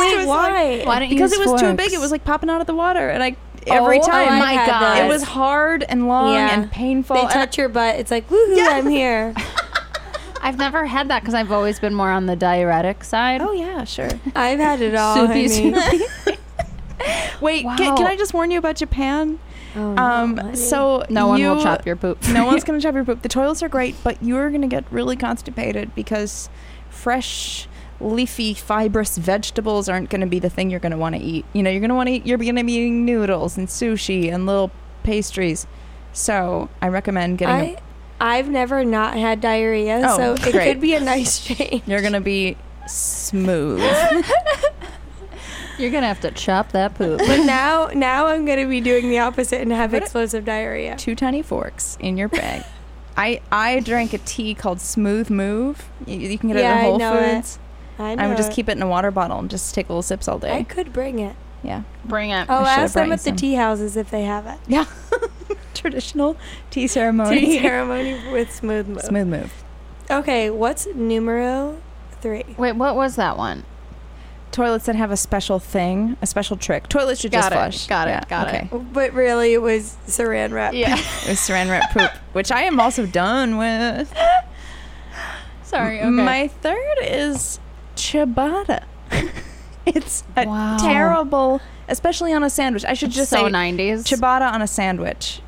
[SPEAKER 2] Wait,
[SPEAKER 4] was like-
[SPEAKER 2] why?
[SPEAKER 3] Why don't you
[SPEAKER 4] because it
[SPEAKER 3] use
[SPEAKER 4] was too
[SPEAKER 3] forks?
[SPEAKER 4] big. It was like popping out of the water, and I every
[SPEAKER 3] Oh
[SPEAKER 4] time
[SPEAKER 3] my
[SPEAKER 2] had
[SPEAKER 3] God.
[SPEAKER 2] those.
[SPEAKER 4] it was hard and long
[SPEAKER 2] Yeah.
[SPEAKER 4] and painful.
[SPEAKER 2] They
[SPEAKER 4] and I-
[SPEAKER 2] touch your butt. It's like, woohoo,
[SPEAKER 4] Yeah.
[SPEAKER 2] I'm here.
[SPEAKER 3] I've never had that because I've always been more on the diuretic side.
[SPEAKER 4] oh yeah, sure.
[SPEAKER 2] I've had it all. honey.
[SPEAKER 4] Wait, can, can
[SPEAKER 3] Wow.
[SPEAKER 4] I just warn you about Japan?
[SPEAKER 2] Oh, no, honey.
[SPEAKER 4] Um, so
[SPEAKER 3] No one will
[SPEAKER 4] you-
[SPEAKER 3] chop your poop.
[SPEAKER 4] no one's gonna chop your poop. The toilets are great, but you are gonna get really constipated because fresh, leafy, fibrous vegetables aren't gonna be the thing you're gonna want to eat. You know, you're gonna want to eat. You're gonna be eating noodles and sushi and little pastries. So I recommend getting. a-
[SPEAKER 2] I, I've never not had diarrhea,
[SPEAKER 4] Oh,
[SPEAKER 2] so it
[SPEAKER 4] great.
[SPEAKER 2] could be a nice change.
[SPEAKER 4] you're gonna be smooth.
[SPEAKER 3] You're gonna have to chop that poop.
[SPEAKER 2] But now, now I'm gonna be doing the opposite and have
[SPEAKER 4] What-
[SPEAKER 2] explosive diarrhea.
[SPEAKER 4] Two tiny forks in your bag. I I drank a tea called Smooth Move. You, you can get
[SPEAKER 2] Yeah,
[SPEAKER 4] it
[SPEAKER 2] I
[SPEAKER 4] at Whole
[SPEAKER 2] know it.
[SPEAKER 4] Foods.
[SPEAKER 2] I, know
[SPEAKER 4] I would just
[SPEAKER 2] it.
[SPEAKER 4] keep it in a water bottle and just take little sips all day.
[SPEAKER 2] I could bring it.
[SPEAKER 4] yeah.
[SPEAKER 3] Bring it.
[SPEAKER 2] I'll
[SPEAKER 4] should've
[SPEAKER 2] ask
[SPEAKER 4] brought
[SPEAKER 2] them
[SPEAKER 4] you
[SPEAKER 2] at the
[SPEAKER 4] some.
[SPEAKER 2] tea houses if they have it.
[SPEAKER 4] Yeah. Traditional tea ceremony.
[SPEAKER 2] Tea ceremony with smooth move.
[SPEAKER 4] Smooth move.
[SPEAKER 2] Okay, what's numero three?
[SPEAKER 3] Wait, what was that one?
[SPEAKER 4] Toilets that have a special thing, a special trick. Toilets should just
[SPEAKER 3] Got it,
[SPEAKER 4] flush.
[SPEAKER 3] got it, got it.
[SPEAKER 2] But really, it was saran wrap.
[SPEAKER 4] It was saran wrap poop, which I am also done with.
[SPEAKER 3] Sorry. Okay.
[SPEAKER 4] My third is ciabatta. it's a
[SPEAKER 3] Wow.
[SPEAKER 4] terrible, especially on a sandwich. I should just
[SPEAKER 3] so
[SPEAKER 4] say
[SPEAKER 3] 90s.
[SPEAKER 4] ciabatta on a sandwich.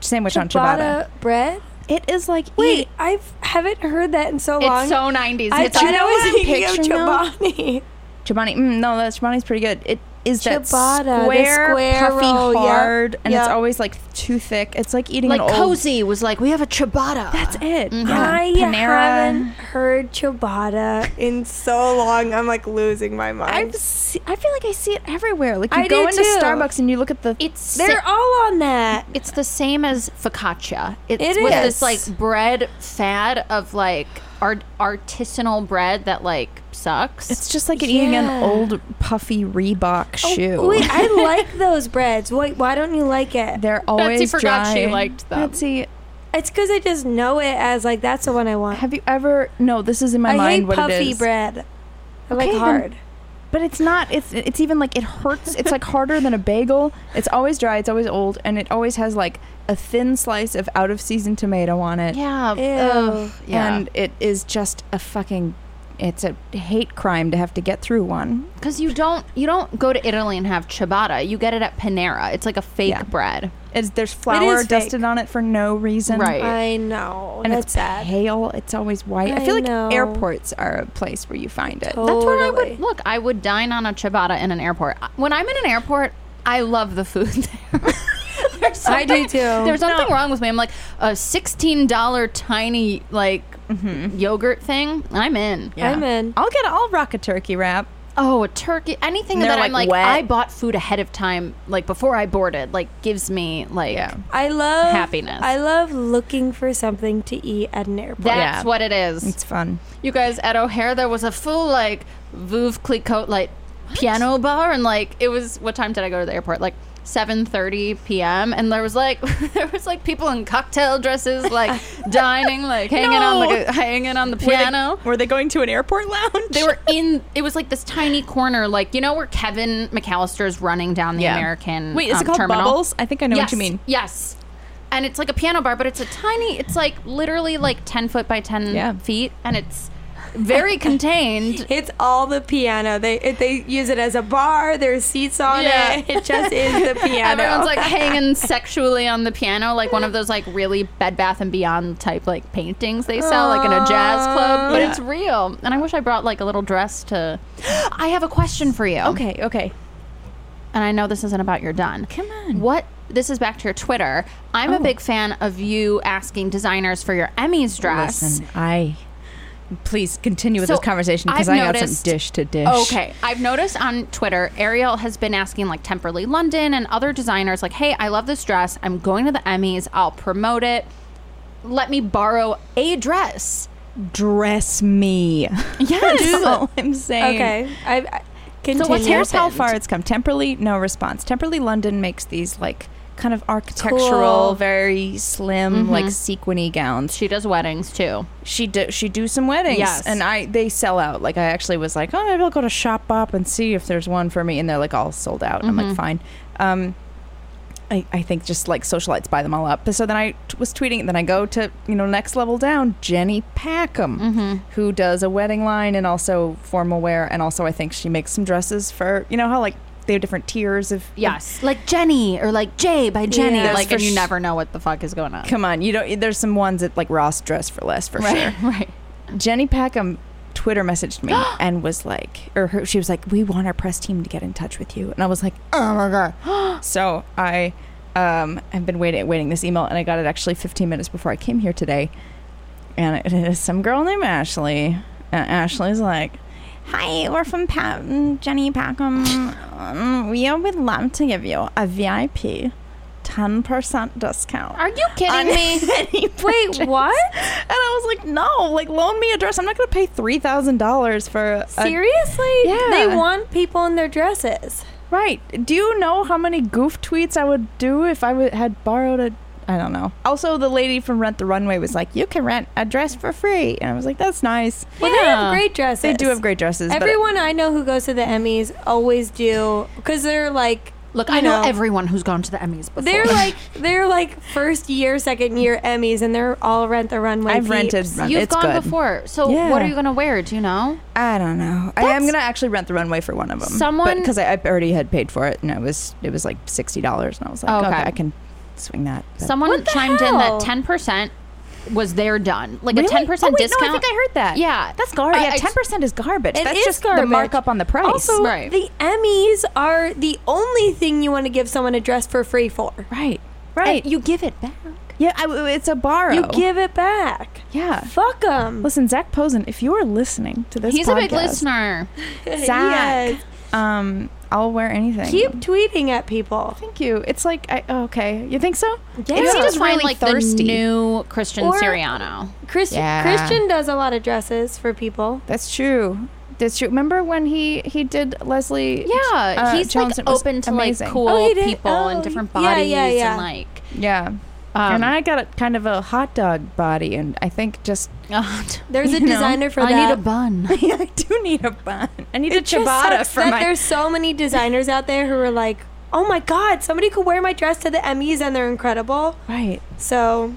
[SPEAKER 4] Sandwich on ciabatta.
[SPEAKER 2] Ciabatta bread.
[SPEAKER 4] It is like
[SPEAKER 2] Wait,
[SPEAKER 4] eat-
[SPEAKER 2] I haven't heard that in so long.
[SPEAKER 3] It's so 90s.
[SPEAKER 2] I
[SPEAKER 3] It's
[SPEAKER 2] thought
[SPEAKER 3] like-
[SPEAKER 2] I was thinking of
[SPEAKER 4] picturing now?
[SPEAKER 2] ciabatta.
[SPEAKER 4] Chobani. Mm, no, that Chobani's pretty good. It is that
[SPEAKER 2] Ciabatta, the
[SPEAKER 4] square,
[SPEAKER 2] square
[SPEAKER 4] puffy,
[SPEAKER 2] roll, yep,
[SPEAKER 4] hard, and it's
[SPEAKER 2] yep.
[SPEAKER 4] always like too thick. It's like eating
[SPEAKER 3] like
[SPEAKER 4] an old. Mm-hmm.
[SPEAKER 3] cozy was like we have a ciabatta.
[SPEAKER 4] That's it.
[SPEAKER 2] I
[SPEAKER 4] Yeah.
[SPEAKER 2] haven't heard ciabatta in so long. I'm like losing my
[SPEAKER 4] I've
[SPEAKER 2] mind.
[SPEAKER 4] se- I feel like I see it everywhere. Like you
[SPEAKER 2] I
[SPEAKER 4] go
[SPEAKER 2] do
[SPEAKER 4] into
[SPEAKER 2] too.
[SPEAKER 4] Starbucks and you look at the.
[SPEAKER 3] it's
[SPEAKER 2] They're all on that.
[SPEAKER 3] it's the same as focaccia. It's
[SPEAKER 2] It
[SPEAKER 3] with
[SPEAKER 2] is.
[SPEAKER 3] this like bread fad of like art- artisanal bread that like sucks.
[SPEAKER 4] It's just like eating an
[SPEAKER 2] Yeah.
[SPEAKER 4] old puffy Reebok shoe.
[SPEAKER 2] Oh, wait, I like those breads. Wait, why don't you like it?
[SPEAKER 4] They're always
[SPEAKER 3] forgot
[SPEAKER 4] dry.
[SPEAKER 3] she liked them.
[SPEAKER 4] Betsy,
[SPEAKER 2] It's because I just know it as like that's the one I want.
[SPEAKER 4] have you ever? No, this is in my
[SPEAKER 2] I
[SPEAKER 4] mind
[SPEAKER 2] hate
[SPEAKER 4] what
[SPEAKER 2] puffy
[SPEAKER 4] it is.
[SPEAKER 2] bread. I
[SPEAKER 4] Okay,
[SPEAKER 2] like
[SPEAKER 4] then-
[SPEAKER 2] hard.
[SPEAKER 4] But it's not. It's it's even like it hurts. It's like harder than a bagel. It's always dry. It's always old, and it always has like a thin slice of out of season tomato on it.
[SPEAKER 3] yeah.
[SPEAKER 2] Ew.
[SPEAKER 3] ugh, yeah.
[SPEAKER 4] And it is just a fucking. It's a hate crime to have to get through one.
[SPEAKER 3] Because you don't you don't go to Italy and have ciabatta. You get it at Panera. It's like a fake
[SPEAKER 4] Yeah.
[SPEAKER 3] bread.
[SPEAKER 4] It's, there's flour
[SPEAKER 2] fake.
[SPEAKER 4] dusted on it for no reason.
[SPEAKER 3] Right.
[SPEAKER 2] I know.
[SPEAKER 4] And
[SPEAKER 2] that's
[SPEAKER 4] it's
[SPEAKER 2] sad.
[SPEAKER 4] pale. It's always white. I,
[SPEAKER 2] I
[SPEAKER 4] feel like
[SPEAKER 2] know.
[SPEAKER 4] airports are a place where you find it.
[SPEAKER 3] That's what I
[SPEAKER 2] Totally.
[SPEAKER 3] would look. I would dine on a ciabatta in an airport. When I'm in an airport, I love the food there. There's
[SPEAKER 2] I do
[SPEAKER 3] something-
[SPEAKER 2] too.
[SPEAKER 3] There's something wrong with me. I'm like a sixteen dollar tiny like
[SPEAKER 2] Mm-hmm.
[SPEAKER 3] yogurt thing. I'm in.
[SPEAKER 2] I'm in.
[SPEAKER 4] I'll get. I'll rock a turkey wrap.
[SPEAKER 3] Oh, a turkey. Anything
[SPEAKER 4] They're,
[SPEAKER 3] that I'm
[SPEAKER 4] like,
[SPEAKER 3] like,
[SPEAKER 4] wet.
[SPEAKER 3] I bought food ahead of time, like before I boarded, like gives me like.
[SPEAKER 4] Yeah.
[SPEAKER 2] I love
[SPEAKER 3] Happiness.
[SPEAKER 2] I love looking for something to eat at an airport.
[SPEAKER 3] That's
[SPEAKER 4] Yeah.
[SPEAKER 3] what it is.
[SPEAKER 4] It's fun.
[SPEAKER 3] You guys at O'Hare, there was a full like Veuve Clicquot like piano bar, and like it was what time did I go to the airport? Like. 7:30 p.m. and there was like there was like people in cocktail dresses like dining like hanging on
[SPEAKER 4] No.
[SPEAKER 3] like a, hanging on the piano.
[SPEAKER 4] Were they, going to an airport lounge?
[SPEAKER 3] They were in it was like this tiny corner like you know where Kevin McAllister's running down the American
[SPEAKER 4] Wait, is
[SPEAKER 3] um,
[SPEAKER 4] it called
[SPEAKER 3] terminal?
[SPEAKER 4] bubbles? I think I know what you mean.
[SPEAKER 3] Yes. And it's like a piano bar, but it's a tiny, it's like literally like 10 foot by 10
[SPEAKER 4] Yeah.
[SPEAKER 3] feet. And it's very contained.
[SPEAKER 2] It's all the piano. They it- they use it as a bar. There's seats on
[SPEAKER 3] Yeah.
[SPEAKER 2] it. It just is the piano.
[SPEAKER 3] Everyone's like hanging sexually on the piano, like one of those like really Bed Bath and Beyond type like paintings they sell, like in a jazz club. But
[SPEAKER 4] Yeah.
[SPEAKER 3] it's real. And I wish I brought like a little dress to. I have a question for you.
[SPEAKER 4] Okay, okay.
[SPEAKER 3] and I know this isn't about your done.
[SPEAKER 4] Come on. Oh.
[SPEAKER 3] What this is back to your Twitter. I'm a big fan of you asking designers for your Emmys dress.
[SPEAKER 4] Listen, I please continue with
[SPEAKER 3] So,
[SPEAKER 4] this conversation because
[SPEAKER 3] I've
[SPEAKER 4] I got
[SPEAKER 3] noticed-
[SPEAKER 4] some dish to dish.
[SPEAKER 3] Okay, I've noticed on Twitter, Ariel has been asking like Temperley London and other designers, like, "Hey, I love this dress. I'm going to the Emmys. I'll promote it. Let me borrow a dress."
[SPEAKER 4] dress me.
[SPEAKER 3] Yes.
[SPEAKER 4] That's all I'm saying.
[SPEAKER 2] okay. I, I continue.
[SPEAKER 3] what's your-
[SPEAKER 4] Here's how
[SPEAKER 3] happened?
[SPEAKER 4] far it's come. Temperley, no response. Temperley London makes these like kind of architectural,
[SPEAKER 2] Cool.
[SPEAKER 4] very slim, like
[SPEAKER 3] Mm-hmm.
[SPEAKER 4] sequiny gowns.
[SPEAKER 3] She does weddings too.
[SPEAKER 4] she do she do some weddings
[SPEAKER 3] Yes.
[SPEAKER 4] and i they sell out like i actually was like oh maybe i'll go to shop up and see if there's one for me and they're like all sold out i'm
[SPEAKER 3] Mm-hmm.
[SPEAKER 4] like fine um I, I think just like socialites buy them all up. So then I t- was tweeting, and then I go to you know next level down, Jenny Packham,
[SPEAKER 3] Mm-hmm.
[SPEAKER 4] who does a wedding line and also formal wear, and also I think she makes some dresses for you know how like they have different tiers of
[SPEAKER 3] Yes, like Jenny or like Jay by Jenny.
[SPEAKER 4] That's
[SPEAKER 3] Like,
[SPEAKER 4] for
[SPEAKER 3] and you
[SPEAKER 4] sh-
[SPEAKER 3] never know what the fuck is going on.
[SPEAKER 4] Come on, you don't. There's some ones that like Ross dress for less for sure.
[SPEAKER 3] right.
[SPEAKER 4] Jenny Packham Twitter messaged me and was like, or her, she was like, we want our press team to get in touch with you. And I was like, oh my God. so I um, have been waiting, waiting this email and I got it actually 15 minutes before I came here today. And it is some girl named Ashley. And Ashley's like, Hi, we're from Pat, Jenny Packham. Um, we would love to give you a VIP 10% discount.
[SPEAKER 3] Are you kidding me?
[SPEAKER 2] Wait, what?
[SPEAKER 4] And I was like, no, like loan me a dress. I'm not gonna pay three thousand dollars for a,
[SPEAKER 2] Seriously?
[SPEAKER 4] Uh, Yeah.
[SPEAKER 2] They want people in their dresses.
[SPEAKER 4] right. Do you know how many goof tweets I would do if I would, had borrowed a? I don't know. Also, the lady from Rent the Runway was like, you can rent a dress for free, and I was like, that's nice.
[SPEAKER 2] Well, they
[SPEAKER 3] Yeah.
[SPEAKER 2] have great dresses.
[SPEAKER 4] They do have great dresses.
[SPEAKER 2] Everyone I know who goes to the Emmys always do because they're like.
[SPEAKER 3] Look,
[SPEAKER 2] you
[SPEAKER 3] I know everyone who's gone to the Emmys before.
[SPEAKER 2] They're like they're like first year, second year Emmys, and they're all rent the runway.
[SPEAKER 4] but I've rented.
[SPEAKER 2] peeps.
[SPEAKER 4] Run-
[SPEAKER 3] You've
[SPEAKER 4] it's
[SPEAKER 3] gone
[SPEAKER 4] good.
[SPEAKER 3] before, so
[SPEAKER 4] Yeah.
[SPEAKER 3] what are you gonna wear? Do you know?
[SPEAKER 4] I don't know. I am
[SPEAKER 3] That's-
[SPEAKER 4] gonna actually rent the runway for one of them.
[SPEAKER 3] Someone-
[SPEAKER 4] because I, I already had paid for it, and it was it was like sixty dollars, and I was like,
[SPEAKER 3] Okay.
[SPEAKER 4] okay, I can swing that. But-
[SPEAKER 3] Someone
[SPEAKER 2] What the
[SPEAKER 3] chimed in
[SPEAKER 2] hell?
[SPEAKER 3] that ten percent was their done, like a
[SPEAKER 4] Really?
[SPEAKER 3] ten percent
[SPEAKER 4] Oh, wait,
[SPEAKER 3] discount.
[SPEAKER 4] No, I think I heard that.
[SPEAKER 3] Yeah.
[SPEAKER 4] that's garbage.
[SPEAKER 3] I-
[SPEAKER 4] Yeah,
[SPEAKER 3] I-
[SPEAKER 4] ten percent is garbage.
[SPEAKER 2] It
[SPEAKER 4] that's
[SPEAKER 2] is
[SPEAKER 4] just the
[SPEAKER 2] garbage.
[SPEAKER 4] markup on the price.
[SPEAKER 2] Also,
[SPEAKER 3] Right.
[SPEAKER 2] the Emmys are the only thing you want to give someone a dress for free for.
[SPEAKER 4] right, right.
[SPEAKER 3] you give it back.
[SPEAKER 4] yeah, I, it's a borrow.
[SPEAKER 2] You give it back.
[SPEAKER 4] Yeah.
[SPEAKER 2] Fuck them.
[SPEAKER 4] Listen, Zach Posen, if you are listening to this,
[SPEAKER 3] He's a big
[SPEAKER 4] podcast,
[SPEAKER 3] listener.
[SPEAKER 4] Zach,
[SPEAKER 2] Yes.
[SPEAKER 4] Um, I'll wear anything.
[SPEAKER 2] Keep tweeting at people.
[SPEAKER 4] Thank you. It's like I oh, okay. You think so?
[SPEAKER 2] Yeah.
[SPEAKER 4] It's
[SPEAKER 3] You
[SPEAKER 4] just
[SPEAKER 3] just find
[SPEAKER 4] really
[SPEAKER 3] like
[SPEAKER 4] thirsty.
[SPEAKER 3] the new Christian
[SPEAKER 2] Or-
[SPEAKER 3] Siriano.
[SPEAKER 2] Christian
[SPEAKER 4] Yeah.
[SPEAKER 2] Christian does a lot of dresses for people.
[SPEAKER 4] That's true. That's true. Remember when he he did Leslie?
[SPEAKER 3] Yeah,
[SPEAKER 4] uh,
[SPEAKER 3] he's
[SPEAKER 4] Jones? It
[SPEAKER 3] like
[SPEAKER 4] was
[SPEAKER 3] open to
[SPEAKER 4] amazing.
[SPEAKER 3] like cool
[SPEAKER 2] Oh, he did-
[SPEAKER 3] people
[SPEAKER 2] oh,
[SPEAKER 3] and different
[SPEAKER 2] yeah,
[SPEAKER 3] bodies
[SPEAKER 2] yeah, yeah.
[SPEAKER 3] and like
[SPEAKER 4] Yeah. and
[SPEAKER 3] Um,
[SPEAKER 4] I got a kind of a hot dog body, and I think just
[SPEAKER 2] There's a
[SPEAKER 4] You know,
[SPEAKER 2] designer for
[SPEAKER 3] I
[SPEAKER 2] that.
[SPEAKER 3] need a bun.
[SPEAKER 4] I do need a bun. I need
[SPEAKER 2] It just sucks that there's so many designers out there who are like, "Oh my God, somebody could wear my dress to the Emmys and they're incredible."
[SPEAKER 4] right.
[SPEAKER 2] So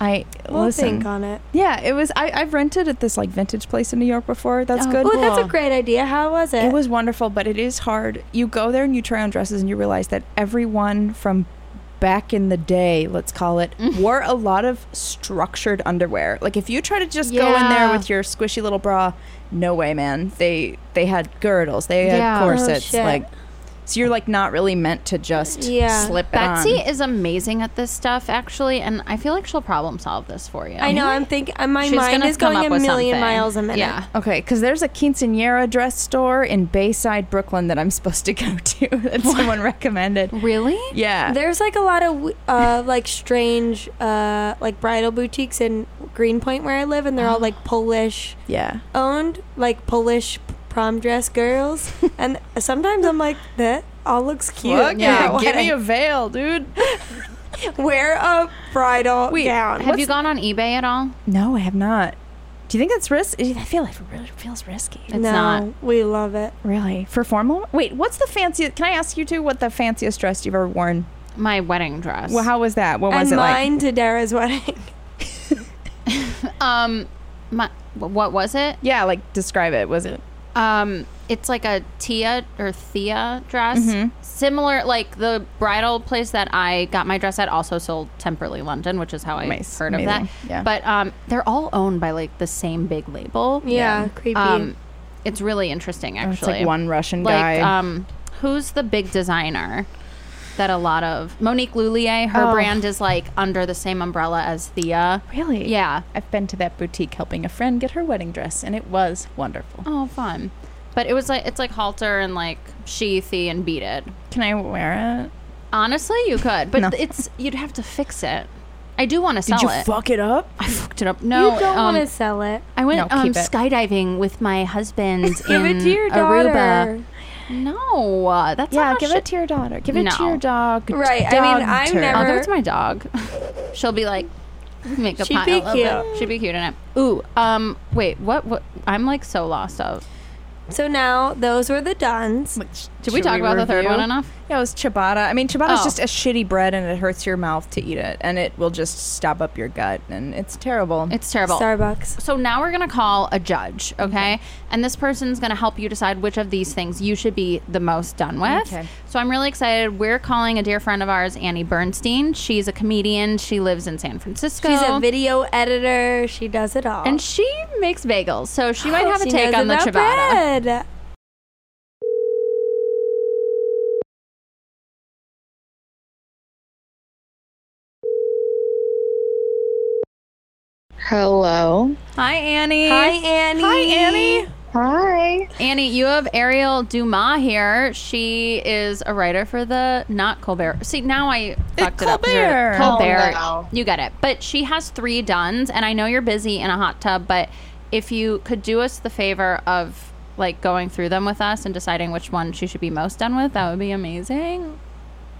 [SPEAKER 4] I
[SPEAKER 2] we'll
[SPEAKER 4] listen.
[SPEAKER 2] think on it.
[SPEAKER 4] Yeah, it was. I, I've rented at this like vintage place in New York before. That's
[SPEAKER 3] Oh,
[SPEAKER 4] good.
[SPEAKER 2] Oh, that's a
[SPEAKER 3] Cool.
[SPEAKER 2] great idea. How was it?
[SPEAKER 4] It was wonderful, but it is hard. You go there and you try on dresses, and you realize that everyone from back in the day, let's call it,
[SPEAKER 3] Mm.
[SPEAKER 4] wore a lot of structured underwear. Like if you try to just go in there
[SPEAKER 3] Yeah.
[SPEAKER 4] with your squishy little bra, no way, man. They they had girdles, they had
[SPEAKER 3] Yeah. Oh,
[SPEAKER 4] corsets,
[SPEAKER 2] shit.
[SPEAKER 4] like so you're like not really meant to just
[SPEAKER 2] Yeah.
[SPEAKER 4] slip it
[SPEAKER 3] Betsy
[SPEAKER 4] on.
[SPEAKER 3] is amazing at this stuff, actually, and I feel like she'll problem solve this for you.
[SPEAKER 2] I know. I'm thinking. My
[SPEAKER 3] She's
[SPEAKER 2] mind
[SPEAKER 3] gonna
[SPEAKER 2] is
[SPEAKER 3] come
[SPEAKER 2] going
[SPEAKER 3] up
[SPEAKER 2] a
[SPEAKER 3] with
[SPEAKER 2] million
[SPEAKER 3] something.
[SPEAKER 2] miles a minute.
[SPEAKER 3] Yeah,
[SPEAKER 4] Okay, because there's a quinceanera dress store in Bayside, Brooklyn that I'm supposed to go to that someone recommended.
[SPEAKER 3] really?
[SPEAKER 4] Yeah.
[SPEAKER 2] There's like a lot of w- uh, like strange uh, like bridal boutiques in Greenpoint where I live, and
[SPEAKER 3] Oh.
[SPEAKER 2] they're all like Polish
[SPEAKER 4] yeah.
[SPEAKER 2] owned, like Polish prom dress girls. and sometimes I'm like, that all looks cute.
[SPEAKER 4] Fuck
[SPEAKER 2] Yeah,
[SPEAKER 4] yeah, give me a veil, dude.
[SPEAKER 2] wear a bridal
[SPEAKER 4] Wait,
[SPEAKER 2] gown.
[SPEAKER 3] Have you gone on eBay at all?
[SPEAKER 4] No, I have not. Do you think that's risk? I feel like it really feels risky.
[SPEAKER 3] It's
[SPEAKER 2] no,
[SPEAKER 3] not.
[SPEAKER 2] we love it.
[SPEAKER 4] Really? For formal? Wait, what's the fanciest? Can I ask you two what the fanciest dress you've ever worn?
[SPEAKER 3] My wedding dress.
[SPEAKER 4] Well, how was that? What was
[SPEAKER 2] and
[SPEAKER 4] it
[SPEAKER 2] mine
[SPEAKER 4] like?
[SPEAKER 2] to Dara's wedding.
[SPEAKER 3] um, my what was it?
[SPEAKER 4] Yeah, like describe it. Was it?
[SPEAKER 3] Um, it's like a Tia or Thea dress,
[SPEAKER 4] Mm-hmm.
[SPEAKER 3] similar like the bridal place that I got my dress at also sold Temperley London, which is how I
[SPEAKER 4] Nice.
[SPEAKER 3] heard of
[SPEAKER 4] Amazing.
[SPEAKER 3] that.
[SPEAKER 4] Yeah.
[SPEAKER 3] But um, they're all owned by like the same big label.
[SPEAKER 2] Yeah, creepy.
[SPEAKER 3] Um, it's really interesting
[SPEAKER 4] Oh, It's
[SPEAKER 3] actually.
[SPEAKER 4] like uh, one Russian
[SPEAKER 3] Like,
[SPEAKER 4] guy.
[SPEAKER 3] um, who's the big designer? That a lot of Monique Lullier, her
[SPEAKER 4] Oh.
[SPEAKER 3] brand is like under the same umbrella as Thea.
[SPEAKER 4] really?
[SPEAKER 3] Yeah.
[SPEAKER 4] I've been to that boutique helping a friend get her wedding dress, and it was wonderful.
[SPEAKER 3] Oh, fun. But it was like it's like halter and like sheathy and beaded.
[SPEAKER 4] Can I wear it?
[SPEAKER 3] Honestly, you could, but
[SPEAKER 4] No.
[SPEAKER 3] it's you'd have to fix it. I do want to
[SPEAKER 4] Did
[SPEAKER 3] sell
[SPEAKER 4] you
[SPEAKER 3] it.
[SPEAKER 4] fuck it up?
[SPEAKER 3] I fucked it up. No,
[SPEAKER 2] you don't
[SPEAKER 3] um,
[SPEAKER 2] want to sell it.
[SPEAKER 3] I went
[SPEAKER 4] No,
[SPEAKER 3] um,
[SPEAKER 4] keep it.
[SPEAKER 3] skydiving with my husband
[SPEAKER 2] Give
[SPEAKER 3] in
[SPEAKER 2] it to your daughter.
[SPEAKER 3] Aruba. No, uh, that's
[SPEAKER 4] Yeah,
[SPEAKER 3] not
[SPEAKER 4] give
[SPEAKER 3] shit.
[SPEAKER 4] it to your daughter. Give it to
[SPEAKER 3] No.
[SPEAKER 4] your dog.
[SPEAKER 2] Right, I mean,
[SPEAKER 4] Dog
[SPEAKER 2] I'm
[SPEAKER 4] turd.
[SPEAKER 2] never-
[SPEAKER 3] I'll give it to Oh, my dog. She'll be like, make a
[SPEAKER 2] She'd
[SPEAKER 3] pile
[SPEAKER 2] be
[SPEAKER 3] of it.
[SPEAKER 2] cute.
[SPEAKER 3] She'd be cute in it. Ooh, um, wait, what? What? I'm like so lost. Of
[SPEAKER 2] So now those were the dons.
[SPEAKER 4] Which-
[SPEAKER 3] did we
[SPEAKER 4] should
[SPEAKER 3] talk about the third
[SPEAKER 4] review?
[SPEAKER 3] one enough?
[SPEAKER 4] Yeah, it was ciabatta. I mean, ciabatta is
[SPEAKER 3] Oh.
[SPEAKER 4] just a shitty bread, and it hurts your mouth to eat it, and it will just stop up your gut, and it's terrible.
[SPEAKER 3] It's terrible.
[SPEAKER 2] Starbucks.
[SPEAKER 3] So now we're going to call a judge, okay? And this person's going to help you decide which of these things you should be the most done with.
[SPEAKER 4] Okay.
[SPEAKER 3] So I'm really excited. We're calling a dear friend of ours, Annie Bernstein. She's a comedian. She lives in San Francisco.
[SPEAKER 2] She's a video editor. She does it all.
[SPEAKER 3] and she makes bagels. So she might have
[SPEAKER 2] Oh,
[SPEAKER 3] a
[SPEAKER 2] She
[SPEAKER 3] take
[SPEAKER 2] knows
[SPEAKER 3] on the
[SPEAKER 2] about
[SPEAKER 3] ciabatta.
[SPEAKER 2] bread.
[SPEAKER 5] Hello.
[SPEAKER 3] Hi, Annie.
[SPEAKER 2] Hi, Annie.
[SPEAKER 4] Hi, Annie.
[SPEAKER 5] Hi.
[SPEAKER 3] Annie, you have Ariel Dumas here. She is a writer for the not Colbert. See, now I fucked it up.
[SPEAKER 4] Colbert.
[SPEAKER 3] Colbert.
[SPEAKER 5] Oh, no.
[SPEAKER 3] You got it. But she has three duns, and I know you're busy in a hot tub, but if you could do us the favor of like going through them with us and deciding which one she should be most done with, that would be amazing.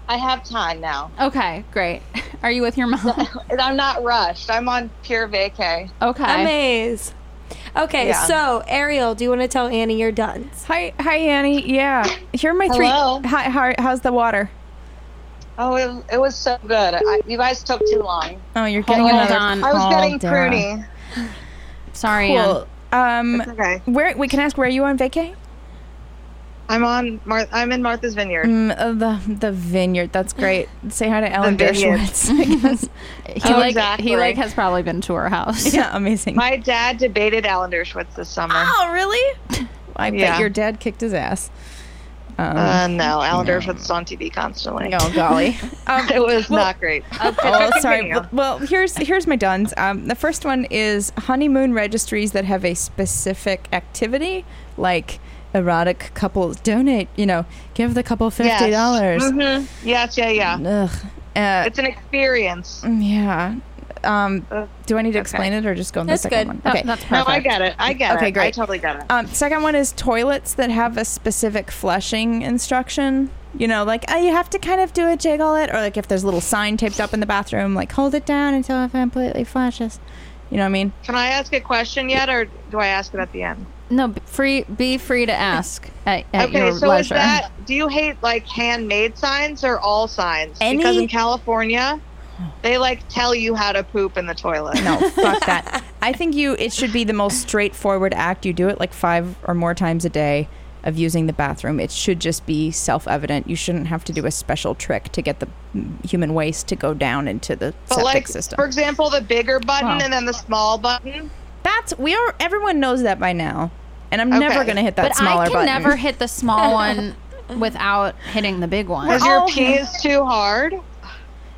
[SPEAKER 5] I have time now.
[SPEAKER 3] Okay, great. Are you with your mom?
[SPEAKER 5] And I'm not rushed. I'm on pure vacay.
[SPEAKER 3] Okay.
[SPEAKER 2] Amaze. Okay,
[SPEAKER 5] Yeah.
[SPEAKER 2] so Ariel, do you want to tell Annie you're done?
[SPEAKER 4] Hi, hi, Annie. Yeah, here are my three.
[SPEAKER 5] Hello.
[SPEAKER 4] Hi, how, how's the water?
[SPEAKER 5] Oh, it, it was so good. I, you guys took too long.
[SPEAKER 4] Oh, you're getting
[SPEAKER 3] Hold
[SPEAKER 4] another
[SPEAKER 3] on.
[SPEAKER 5] I was
[SPEAKER 4] call,
[SPEAKER 5] getting
[SPEAKER 4] Dara.
[SPEAKER 5] pruny.
[SPEAKER 3] Sorry. Ann.
[SPEAKER 4] Cool. Um,
[SPEAKER 5] Okay.
[SPEAKER 4] where we can I ask where are you on vacay?
[SPEAKER 5] I'm on. Mar- I'm in Martha's Vineyard.
[SPEAKER 4] Mm, uh, the the vineyard. That's great. Say hi to Ellen
[SPEAKER 5] vineyard.
[SPEAKER 4] Dershowitz. I guess.
[SPEAKER 3] He
[SPEAKER 5] Oh,
[SPEAKER 3] like he
[SPEAKER 5] exactly.
[SPEAKER 3] like has probably been to her house.
[SPEAKER 4] yeah, amazing.
[SPEAKER 5] My dad debated Alan Dershowitz this summer.
[SPEAKER 4] oh, really? I
[SPEAKER 5] Yeah.
[SPEAKER 4] bet your dad kicked his ass. Um,
[SPEAKER 5] Uh, no, Alan Dershowitz is on TV constantly.
[SPEAKER 4] oh golly. Um,
[SPEAKER 5] It was not great.
[SPEAKER 4] oh, sorry.
[SPEAKER 5] Continue.
[SPEAKER 4] Well, well, here's here's my duns. Um, the first one is honeymoon registries that have a specific activity, like erotic couples donate, you know, give the couple fifty dollars.
[SPEAKER 5] Mhm. Yes, yeah, yeah.
[SPEAKER 4] Ugh. Uh,
[SPEAKER 5] It's an experience.
[SPEAKER 4] Mm. yeah. Um,
[SPEAKER 5] Ugh.
[SPEAKER 4] do I need to explain it or just go on
[SPEAKER 3] That's
[SPEAKER 4] the second
[SPEAKER 3] good.
[SPEAKER 4] one?
[SPEAKER 3] That-
[SPEAKER 4] Okay.
[SPEAKER 3] that's perfect.
[SPEAKER 5] No, I get it. I get
[SPEAKER 4] Okay,
[SPEAKER 5] it. I
[SPEAKER 4] great.
[SPEAKER 5] totally get it.
[SPEAKER 4] Um, second one is toilets that have a specific flushing instruction. You know, like oh, you have to kind of do a jiggle it, or like if there's a little sign taped up in the bathroom, like hold it down until it completely flushes. You know what I mean?
[SPEAKER 5] Can I ask a question yet, or do I ask it at the end?
[SPEAKER 3] No, b- free. Be free to ask at, at
[SPEAKER 5] okay,
[SPEAKER 3] your
[SPEAKER 5] so is
[SPEAKER 3] leisure.
[SPEAKER 5] that? Do you hate like handmade signs or all signs?
[SPEAKER 4] Any-
[SPEAKER 5] Because in California, they like tell you how to poop in the toilet.
[SPEAKER 4] No, fuck that. I think you. It should be the most straightforward act. You do it like five or more times a day of using the bathroom. It should just be self-evident. You shouldn't have to do a special trick to get the mm, human waste to go down into the
[SPEAKER 5] But
[SPEAKER 4] septic
[SPEAKER 5] like,
[SPEAKER 4] system.
[SPEAKER 5] for example, the bigger button
[SPEAKER 4] Wow.
[SPEAKER 5] and then the small button.
[SPEAKER 4] That's we are. Everyone knows that by now, and I'm never
[SPEAKER 5] Okay.
[SPEAKER 4] gonna hit that
[SPEAKER 3] but
[SPEAKER 4] smaller
[SPEAKER 3] I can
[SPEAKER 4] button.
[SPEAKER 3] never hit the small one without hitting the big one.
[SPEAKER 5] Because your pee is too hard.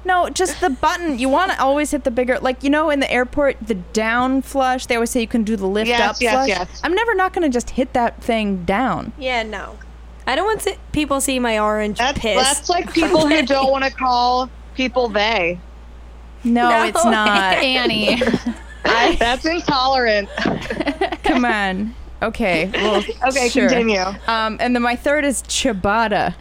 [SPEAKER 4] no, just the button. You want to always hit the bigger, like you know, in the airport, the down flush. They always say you can do the lift
[SPEAKER 5] Yes,
[SPEAKER 4] up
[SPEAKER 5] yes,
[SPEAKER 4] flush.
[SPEAKER 5] yes.
[SPEAKER 4] I'm never not gonna just hit that thing down.
[SPEAKER 2] Yeah, no. I don't want to, people see my orange
[SPEAKER 5] That's
[SPEAKER 2] piss.
[SPEAKER 5] that's like people who don't want to call people they.
[SPEAKER 4] No, it's
[SPEAKER 2] way.
[SPEAKER 4] not.
[SPEAKER 3] Annie.
[SPEAKER 5] that's intolerant.
[SPEAKER 4] Come on. Okay. Well,
[SPEAKER 5] Okay,
[SPEAKER 4] sure.
[SPEAKER 5] continue.
[SPEAKER 4] Um, and then my third is ciabatta.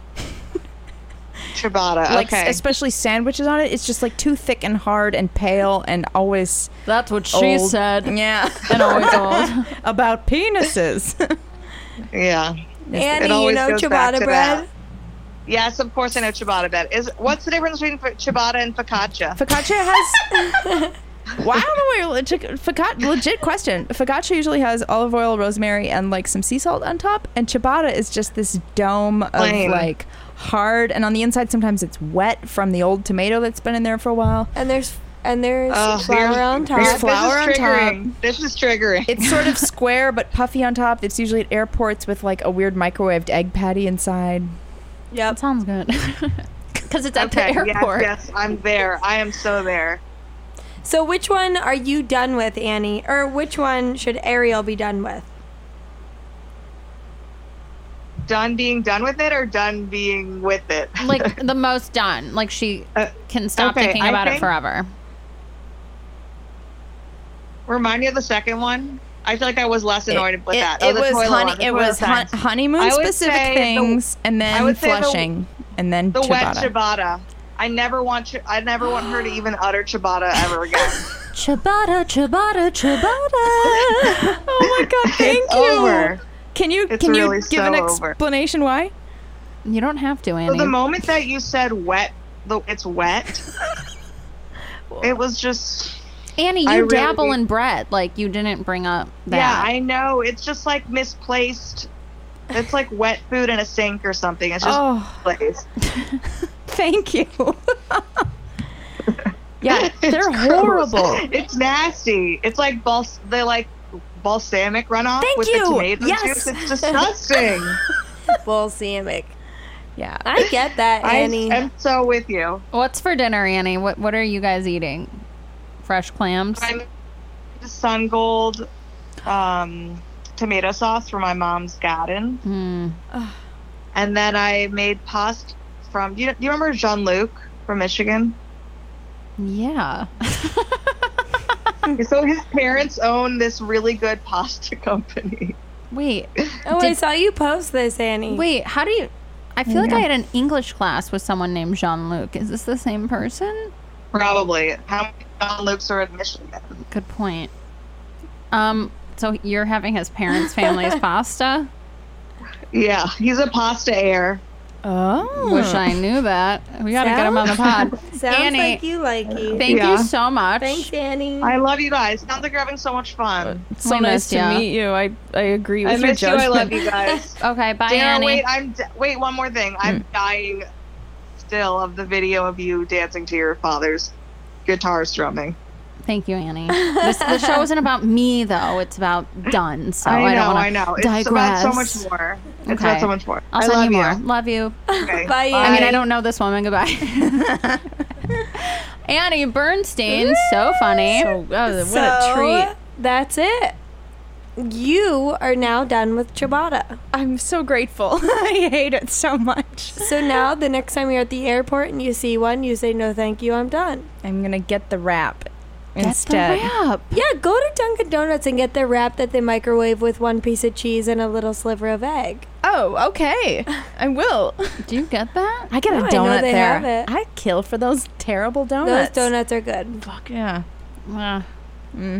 [SPEAKER 5] Ciabatta.
[SPEAKER 4] Like
[SPEAKER 5] okay.
[SPEAKER 4] especially sandwiches on it. It's just like too thick and hard and pale and always
[SPEAKER 3] That's what she
[SPEAKER 4] old.
[SPEAKER 3] said.
[SPEAKER 4] yeah
[SPEAKER 3] And always old.
[SPEAKER 4] about penises.
[SPEAKER 5] yeah.
[SPEAKER 2] Annie, you
[SPEAKER 5] always
[SPEAKER 2] know
[SPEAKER 5] goes
[SPEAKER 2] ciabatta
[SPEAKER 5] back to that.
[SPEAKER 2] bread?
[SPEAKER 5] Yes, of course I know ciabatta bread. Is what's the difference between f- ciabatta and focaccia?
[SPEAKER 4] Focaccia has. Wow, I don't know where legit, focaccia, legit question. Focaccia usually has olive oil, rosemary, and like some sea salt on top, and ciabatta is just this dome of
[SPEAKER 5] Plain.
[SPEAKER 4] like hard, and on the inside sometimes it's wet from the old tomato that's been in there for a while.
[SPEAKER 2] And there's and there's
[SPEAKER 5] Ugh,
[SPEAKER 2] flour
[SPEAKER 5] you're-
[SPEAKER 2] on
[SPEAKER 4] There's
[SPEAKER 2] top.
[SPEAKER 4] you're- flour on
[SPEAKER 5] this Oh, is
[SPEAKER 4] top.
[SPEAKER 5] triggering. This is triggering.
[SPEAKER 4] It's sort of square but puffy on top. It's usually at airports with like a weird microwaved egg patty inside.
[SPEAKER 3] That
[SPEAKER 2] Yep.
[SPEAKER 3] sounds good. Because it's at
[SPEAKER 5] okay.
[SPEAKER 3] the airport.
[SPEAKER 5] Yes, yes, I'm there. I am so there.
[SPEAKER 2] So which one are you done with, Annie? Or which one should Ariel be done with?
[SPEAKER 5] Done being done with it, or done being with it.
[SPEAKER 3] Like the most done. Like she
[SPEAKER 5] Uh,
[SPEAKER 3] can stop
[SPEAKER 5] okay,
[SPEAKER 3] thinking
[SPEAKER 5] I
[SPEAKER 3] about it
[SPEAKER 5] think-
[SPEAKER 3] forever.
[SPEAKER 5] Remind me of the second one. I feel like I was less annoyed with
[SPEAKER 4] it,
[SPEAKER 5] that.
[SPEAKER 4] it
[SPEAKER 5] oh, the
[SPEAKER 4] was
[SPEAKER 5] toilet
[SPEAKER 4] honey,
[SPEAKER 5] one, the
[SPEAKER 4] it
[SPEAKER 5] toilet
[SPEAKER 4] was hon-
[SPEAKER 5] signs.
[SPEAKER 4] honeymoon
[SPEAKER 5] I would
[SPEAKER 4] specific
[SPEAKER 5] say the-
[SPEAKER 4] things, and
[SPEAKER 5] I
[SPEAKER 4] then
[SPEAKER 5] would say the-
[SPEAKER 4] flushing, and then
[SPEAKER 5] the wet
[SPEAKER 4] ciabatta.
[SPEAKER 5] ciabatta. I never want. Chi- I never want her to even utter ciabatta ever again.
[SPEAKER 3] Ciabatta, ciabatta, ciabatta.
[SPEAKER 4] Oh my god, thank
[SPEAKER 5] It's
[SPEAKER 4] you.
[SPEAKER 5] over.
[SPEAKER 4] Can you
[SPEAKER 5] It's
[SPEAKER 4] can
[SPEAKER 5] really
[SPEAKER 4] you give an
[SPEAKER 5] so over.
[SPEAKER 4] explanation why?
[SPEAKER 3] you don't have to,
[SPEAKER 5] So
[SPEAKER 3] Annie.
[SPEAKER 5] the moment that you said wet, the it's wet. it was just.
[SPEAKER 3] Annie, you
[SPEAKER 5] I really-
[SPEAKER 3] dabble in bread. Like you didn't bring up that.
[SPEAKER 5] Yeah, I know. It's just like misplaced. It's like wet food in a sink or something. It's just
[SPEAKER 4] Oh,
[SPEAKER 5] misplaced.
[SPEAKER 4] thank you. yeah, they're horrible.
[SPEAKER 5] It's nasty. It's like bals- they like balsamic runoff
[SPEAKER 4] Thank
[SPEAKER 5] with
[SPEAKER 4] you.
[SPEAKER 5] the tomato
[SPEAKER 4] Yes.
[SPEAKER 5] juice. It's disgusting.
[SPEAKER 2] Balsamic.
[SPEAKER 4] Yeah.
[SPEAKER 2] I get that,
[SPEAKER 5] I
[SPEAKER 2] Annie.
[SPEAKER 5] am so with you.
[SPEAKER 3] What's for dinner, Annie? What What are you guys eating? Fresh clams.
[SPEAKER 5] I'm sun gold um, tomato sauce from my mom's garden,
[SPEAKER 3] Mm.
[SPEAKER 5] and then I made pasta from. Do you, do you remember Jean Luc from Michigan?
[SPEAKER 3] Yeah. Mm.
[SPEAKER 5] so his parents own this really good pasta company.
[SPEAKER 3] Wait.
[SPEAKER 2] oh, I
[SPEAKER 3] did-
[SPEAKER 2] saw you post this, Annie.
[SPEAKER 3] Wait. How do you? I feel like I had an English class with someone named Jean Luc. Is this the same person?
[SPEAKER 5] Probably. How many John Lukes are in Michigan?
[SPEAKER 3] Good point. Um. So you're having his parents' family's pasta.
[SPEAKER 5] Yeah, he's a pasta heir. Hmm.
[SPEAKER 4] Oh.
[SPEAKER 3] Wish I knew that. We gotta get him on the pod.
[SPEAKER 2] Sounds
[SPEAKER 3] Annie,
[SPEAKER 2] like you like you.
[SPEAKER 3] Thank
[SPEAKER 5] Yeah.
[SPEAKER 3] you so much.
[SPEAKER 2] Thanks, Annie.
[SPEAKER 5] I love you guys. Sounds like you're having so much fun.
[SPEAKER 4] so
[SPEAKER 3] We
[SPEAKER 4] nice
[SPEAKER 3] missed
[SPEAKER 4] to
[SPEAKER 3] ya.
[SPEAKER 4] meet you. I, I agree with
[SPEAKER 5] I
[SPEAKER 4] your
[SPEAKER 5] miss you.
[SPEAKER 4] judgment.
[SPEAKER 5] I love you guys.
[SPEAKER 3] Okay. Bye,
[SPEAKER 5] Dara,
[SPEAKER 3] Annie.
[SPEAKER 5] wait, I'm d- wait. One more thing. I'm dying still of the video of you dancing to your father's guitar strumming.
[SPEAKER 3] Thank you, Annie. This, the show isn't about me though; it's about done. So Oh, I,
[SPEAKER 5] I know.
[SPEAKER 3] don't
[SPEAKER 5] I,
[SPEAKER 3] want
[SPEAKER 5] know.
[SPEAKER 3] to
[SPEAKER 5] It's
[SPEAKER 3] digress.
[SPEAKER 5] about so much more. It's about
[SPEAKER 3] Okay.
[SPEAKER 5] so much more.
[SPEAKER 3] I'll
[SPEAKER 5] I
[SPEAKER 3] send
[SPEAKER 5] love
[SPEAKER 3] you more. Love you.
[SPEAKER 5] Okay.
[SPEAKER 2] Bye,
[SPEAKER 3] I mean, I
[SPEAKER 2] Annie.
[SPEAKER 3] don't know this woman. Goodbye. Annie Bernstein, so funny.
[SPEAKER 4] Oh, wow, what
[SPEAKER 2] so,
[SPEAKER 4] a treat.
[SPEAKER 2] That's it. you are now done with ciabatta.
[SPEAKER 4] I'm so grateful. I hate it so much.
[SPEAKER 2] So now the next time you're at the airport and you see one, you say no, thank you, I'm done.
[SPEAKER 4] I'm gonna get the wrap instead.
[SPEAKER 3] Get the wrap.
[SPEAKER 2] Yeah, go to Dunkin' Donuts and get the wrap that they microwave with one piece of cheese and a little sliver of egg.
[SPEAKER 4] Oh, okay. I will.
[SPEAKER 3] Do you get that?
[SPEAKER 4] I get
[SPEAKER 2] No, I
[SPEAKER 4] a
[SPEAKER 2] know
[SPEAKER 4] donut
[SPEAKER 2] they
[SPEAKER 4] there.
[SPEAKER 2] have it.
[SPEAKER 4] I kill for those terrible
[SPEAKER 2] Those
[SPEAKER 4] donuts.
[SPEAKER 2] donuts are good.
[SPEAKER 4] Fuck yeah.
[SPEAKER 3] Ugh.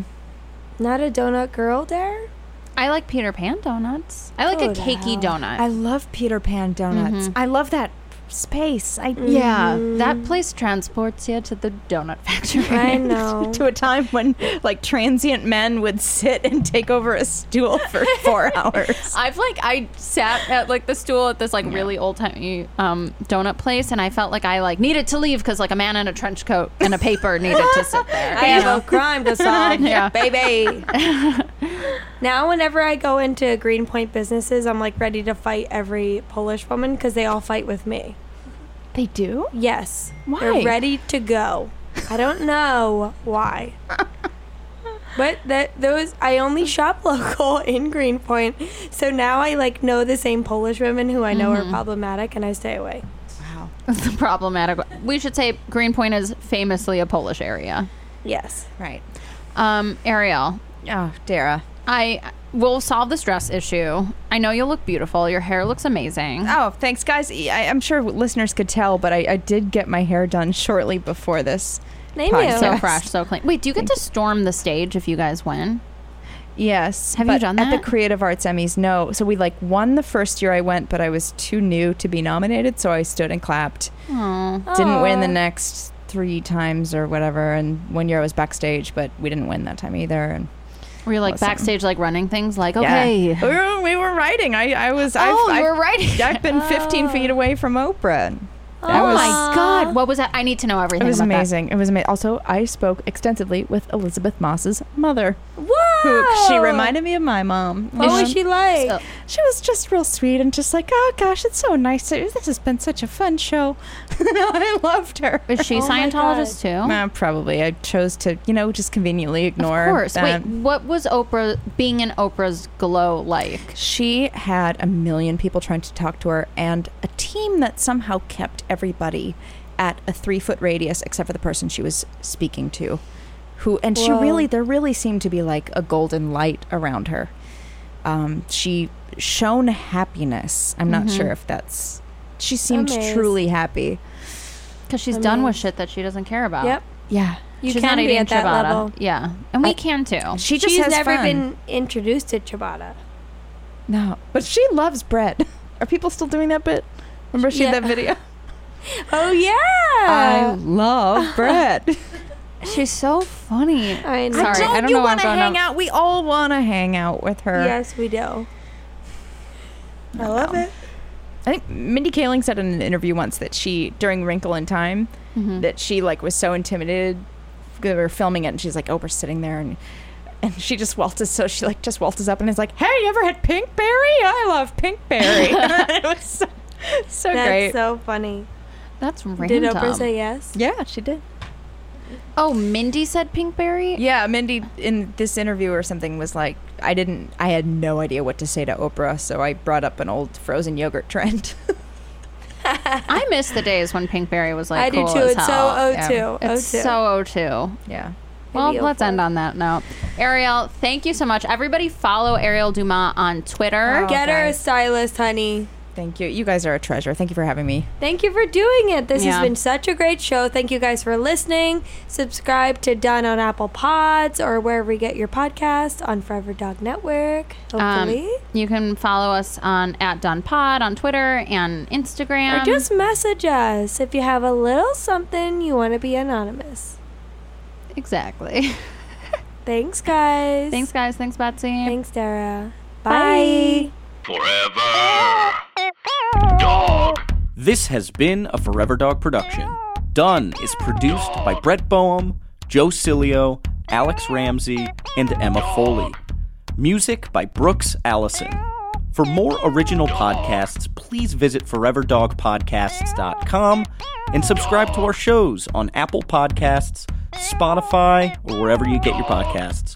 [SPEAKER 2] Not a donut girl there?
[SPEAKER 3] I like Peter Pan donuts. I like
[SPEAKER 2] Oh,
[SPEAKER 3] a cakey
[SPEAKER 2] wow.
[SPEAKER 3] donut.
[SPEAKER 4] I love Peter Pan donuts. I love that space. I
[SPEAKER 3] yeah, that place transports you to the donut factory.
[SPEAKER 2] I know.
[SPEAKER 4] to a time when like transient men would sit and take over a stool for four hours.
[SPEAKER 3] I've like I sat at like the stool at this like really old timey um, donut place, and I felt like I like needed to leave because like a man in a trench coat and a paper needed to sit there.
[SPEAKER 2] I have a crime to solve,
[SPEAKER 3] Yeah.
[SPEAKER 2] baby. now, whenever I go into Greenpoint businesses, I'm like ready to fight every Polish woman because they all fight with me.
[SPEAKER 4] They do?
[SPEAKER 2] Yes.
[SPEAKER 4] Why?
[SPEAKER 2] They're ready to go. I don't know why. But that those I only shop local in Greenpoint, so now I like know the same Polish women who I know
[SPEAKER 4] Mm-hmm.
[SPEAKER 2] are problematic, and I stay away.
[SPEAKER 3] the problematic. We should say Greenpoint is famously a Polish area.
[SPEAKER 2] Yes,
[SPEAKER 4] Right.
[SPEAKER 3] Um, Ariel,
[SPEAKER 4] Oh, Dara.
[SPEAKER 3] I will solve this dress issue. I know you'll look beautiful. Your hair looks amazing.
[SPEAKER 4] Oh, thanks, guys. I, am sure listeners could tell, but I, I did get my hair done shortly before this.
[SPEAKER 2] name
[SPEAKER 4] Podcast.
[SPEAKER 3] so
[SPEAKER 4] yes.
[SPEAKER 3] fresh, so clean. Wait, do you get to storm the stage if you guys win?
[SPEAKER 4] Yes.
[SPEAKER 3] Have you
[SPEAKER 4] but
[SPEAKER 3] done
[SPEAKER 4] At the
[SPEAKER 3] that?
[SPEAKER 4] Creative Arts Emmys, no. So we like won the first year I went, but I was too new to be nominated, so I stood and clapped.
[SPEAKER 3] Oh,
[SPEAKER 4] Didn't win the
[SPEAKER 2] Aw.
[SPEAKER 4] next three times or whatever. And one year I was backstage, but we didn't win that time either. And
[SPEAKER 3] were you like
[SPEAKER 4] Awesome.
[SPEAKER 3] backstage, like running things, like
[SPEAKER 4] Yeah.
[SPEAKER 3] okay?
[SPEAKER 2] Oh,
[SPEAKER 4] we were, we were writing. I, I was.
[SPEAKER 3] Oh,
[SPEAKER 4] I've,
[SPEAKER 3] you
[SPEAKER 4] I've,
[SPEAKER 3] were writing.
[SPEAKER 4] I've been 15 feet away from Oprah. That
[SPEAKER 3] oh
[SPEAKER 4] was-
[SPEAKER 3] my god, what was that? I need to know everything.
[SPEAKER 4] It was
[SPEAKER 3] about that.
[SPEAKER 4] amazing. It was amazing. Also, I spoke extensively with Elizabeth Moss's mother, who
[SPEAKER 2] Whoa!
[SPEAKER 4] she reminded me of my mom.
[SPEAKER 2] What
[SPEAKER 3] Oh,
[SPEAKER 2] was
[SPEAKER 4] Um,
[SPEAKER 2] she like?
[SPEAKER 3] So-
[SPEAKER 4] She was just real sweet and just like, oh gosh, it's so nice. to- This has been such a fun show. I loved her.
[SPEAKER 3] Is she
[SPEAKER 2] Oh my
[SPEAKER 3] Scientologist too?
[SPEAKER 4] Uh, probably. I chose to, you know, just conveniently ignore.
[SPEAKER 3] Of course. Wait,
[SPEAKER 4] that.
[SPEAKER 3] what was Oprah being in Oprah's glow like?
[SPEAKER 4] She had a million people trying to talk to her and a team that somehow kept everybody at a three foot radius except for the person she was speaking to. Who and she
[SPEAKER 2] Whoa.
[SPEAKER 4] really there really seemed to be like a golden light around her. Um, she shone happiness. I'm not sure if that's she seemed
[SPEAKER 2] Amazed.
[SPEAKER 4] truly happy.
[SPEAKER 3] Because she's done with shit that she doesn't care about.
[SPEAKER 2] Yep,
[SPEAKER 4] Yeah.
[SPEAKER 2] you
[SPEAKER 3] she's
[SPEAKER 2] can
[SPEAKER 3] not
[SPEAKER 2] be
[SPEAKER 3] eating
[SPEAKER 2] at that
[SPEAKER 3] ciabatta.
[SPEAKER 2] level.
[SPEAKER 3] Yeah, and we can too.
[SPEAKER 4] She just
[SPEAKER 2] She's
[SPEAKER 4] has
[SPEAKER 2] never
[SPEAKER 4] fun.
[SPEAKER 2] been introduced to ciabatta.
[SPEAKER 4] No. But she loves bread. Are people still doing that bit? Remember she
[SPEAKER 2] Yeah.
[SPEAKER 4] did that video?
[SPEAKER 2] Oh
[SPEAKER 4] I
[SPEAKER 2] yeah,
[SPEAKER 4] love bread.
[SPEAKER 3] She's so funny.
[SPEAKER 2] I know.
[SPEAKER 3] Sorry,
[SPEAKER 4] Don't
[SPEAKER 3] I don't
[SPEAKER 4] you
[SPEAKER 3] know why I'm
[SPEAKER 4] want to
[SPEAKER 3] going
[SPEAKER 4] hang
[SPEAKER 3] off-
[SPEAKER 4] out? We all want to hang out with her.
[SPEAKER 2] yes, we do. I love it.
[SPEAKER 4] I think Mindy Kaling said in an interview once that she, during Wrinkle in Time,
[SPEAKER 3] Mm-hmm.
[SPEAKER 4] that she like was so intimidated. They were filming it, and she's like, Oprah's sitting there, and and she just waltzes. So she like just waltzes up and is like, Hey, you ever had pinkberry? I love pinkberry. it was so, so
[SPEAKER 2] That's
[SPEAKER 4] great.
[SPEAKER 2] so funny.
[SPEAKER 3] That's random.
[SPEAKER 2] Did Oprah say yes?
[SPEAKER 4] yeah, she did.
[SPEAKER 3] Oh, Mindy said Pinkberry.
[SPEAKER 4] Yeah, Mindy in this interview or something was like, I didn't, I had no idea what to say to Oprah, so I brought up an old frozen yogurt trend.
[SPEAKER 3] I miss the days when Pinkberry was like.
[SPEAKER 2] I do
[SPEAKER 3] cool
[SPEAKER 2] too.
[SPEAKER 3] as
[SPEAKER 2] It's
[SPEAKER 3] hell.
[SPEAKER 2] so
[SPEAKER 4] Yeah.
[SPEAKER 2] 02.
[SPEAKER 3] It's
[SPEAKER 2] 02.
[SPEAKER 3] so 02.
[SPEAKER 4] yeah.
[SPEAKER 3] Well,
[SPEAKER 2] Maybe
[SPEAKER 3] let's
[SPEAKER 2] 04.
[SPEAKER 3] end on that note. Ariel, thank you so much. Everybody follow Ariel Dumas on Twitter.
[SPEAKER 4] Oh,
[SPEAKER 2] Get her a
[SPEAKER 4] guys.
[SPEAKER 2] stylist, honey.
[SPEAKER 4] Thank you. You guys are a treasure. Thank you for having me.
[SPEAKER 2] Thank you for doing it. This
[SPEAKER 3] Yeah.
[SPEAKER 2] has been such a great show. Thank you guys for listening. Subscribe to Done on Apple Pods or wherever you get your podcast on Forever Dog Network.
[SPEAKER 3] Um,
[SPEAKER 2] Hopefully.
[SPEAKER 3] you can follow us on at Don Pod on Twitter and Instagram.
[SPEAKER 2] or just message us if you have a little something you want to be anonymous.
[SPEAKER 3] exactly.
[SPEAKER 2] Thanks, guys.
[SPEAKER 3] Thanks, guys. Thanks, Betsy.
[SPEAKER 2] Thanks, Dara.
[SPEAKER 4] Bye.
[SPEAKER 2] Bye.
[SPEAKER 1] Forever. Dog.
[SPEAKER 6] This has been a Forever Dog production. Done is produced by Brett Boehm, Joe Cilio, Alex Ramsey, and Emma Foley. Music by Brooks Allison. For more original podcasts, please visit foreverdogpodcasts.com and subscribe to our shows on Apple Podcasts, Spotify, or wherever you get your podcasts.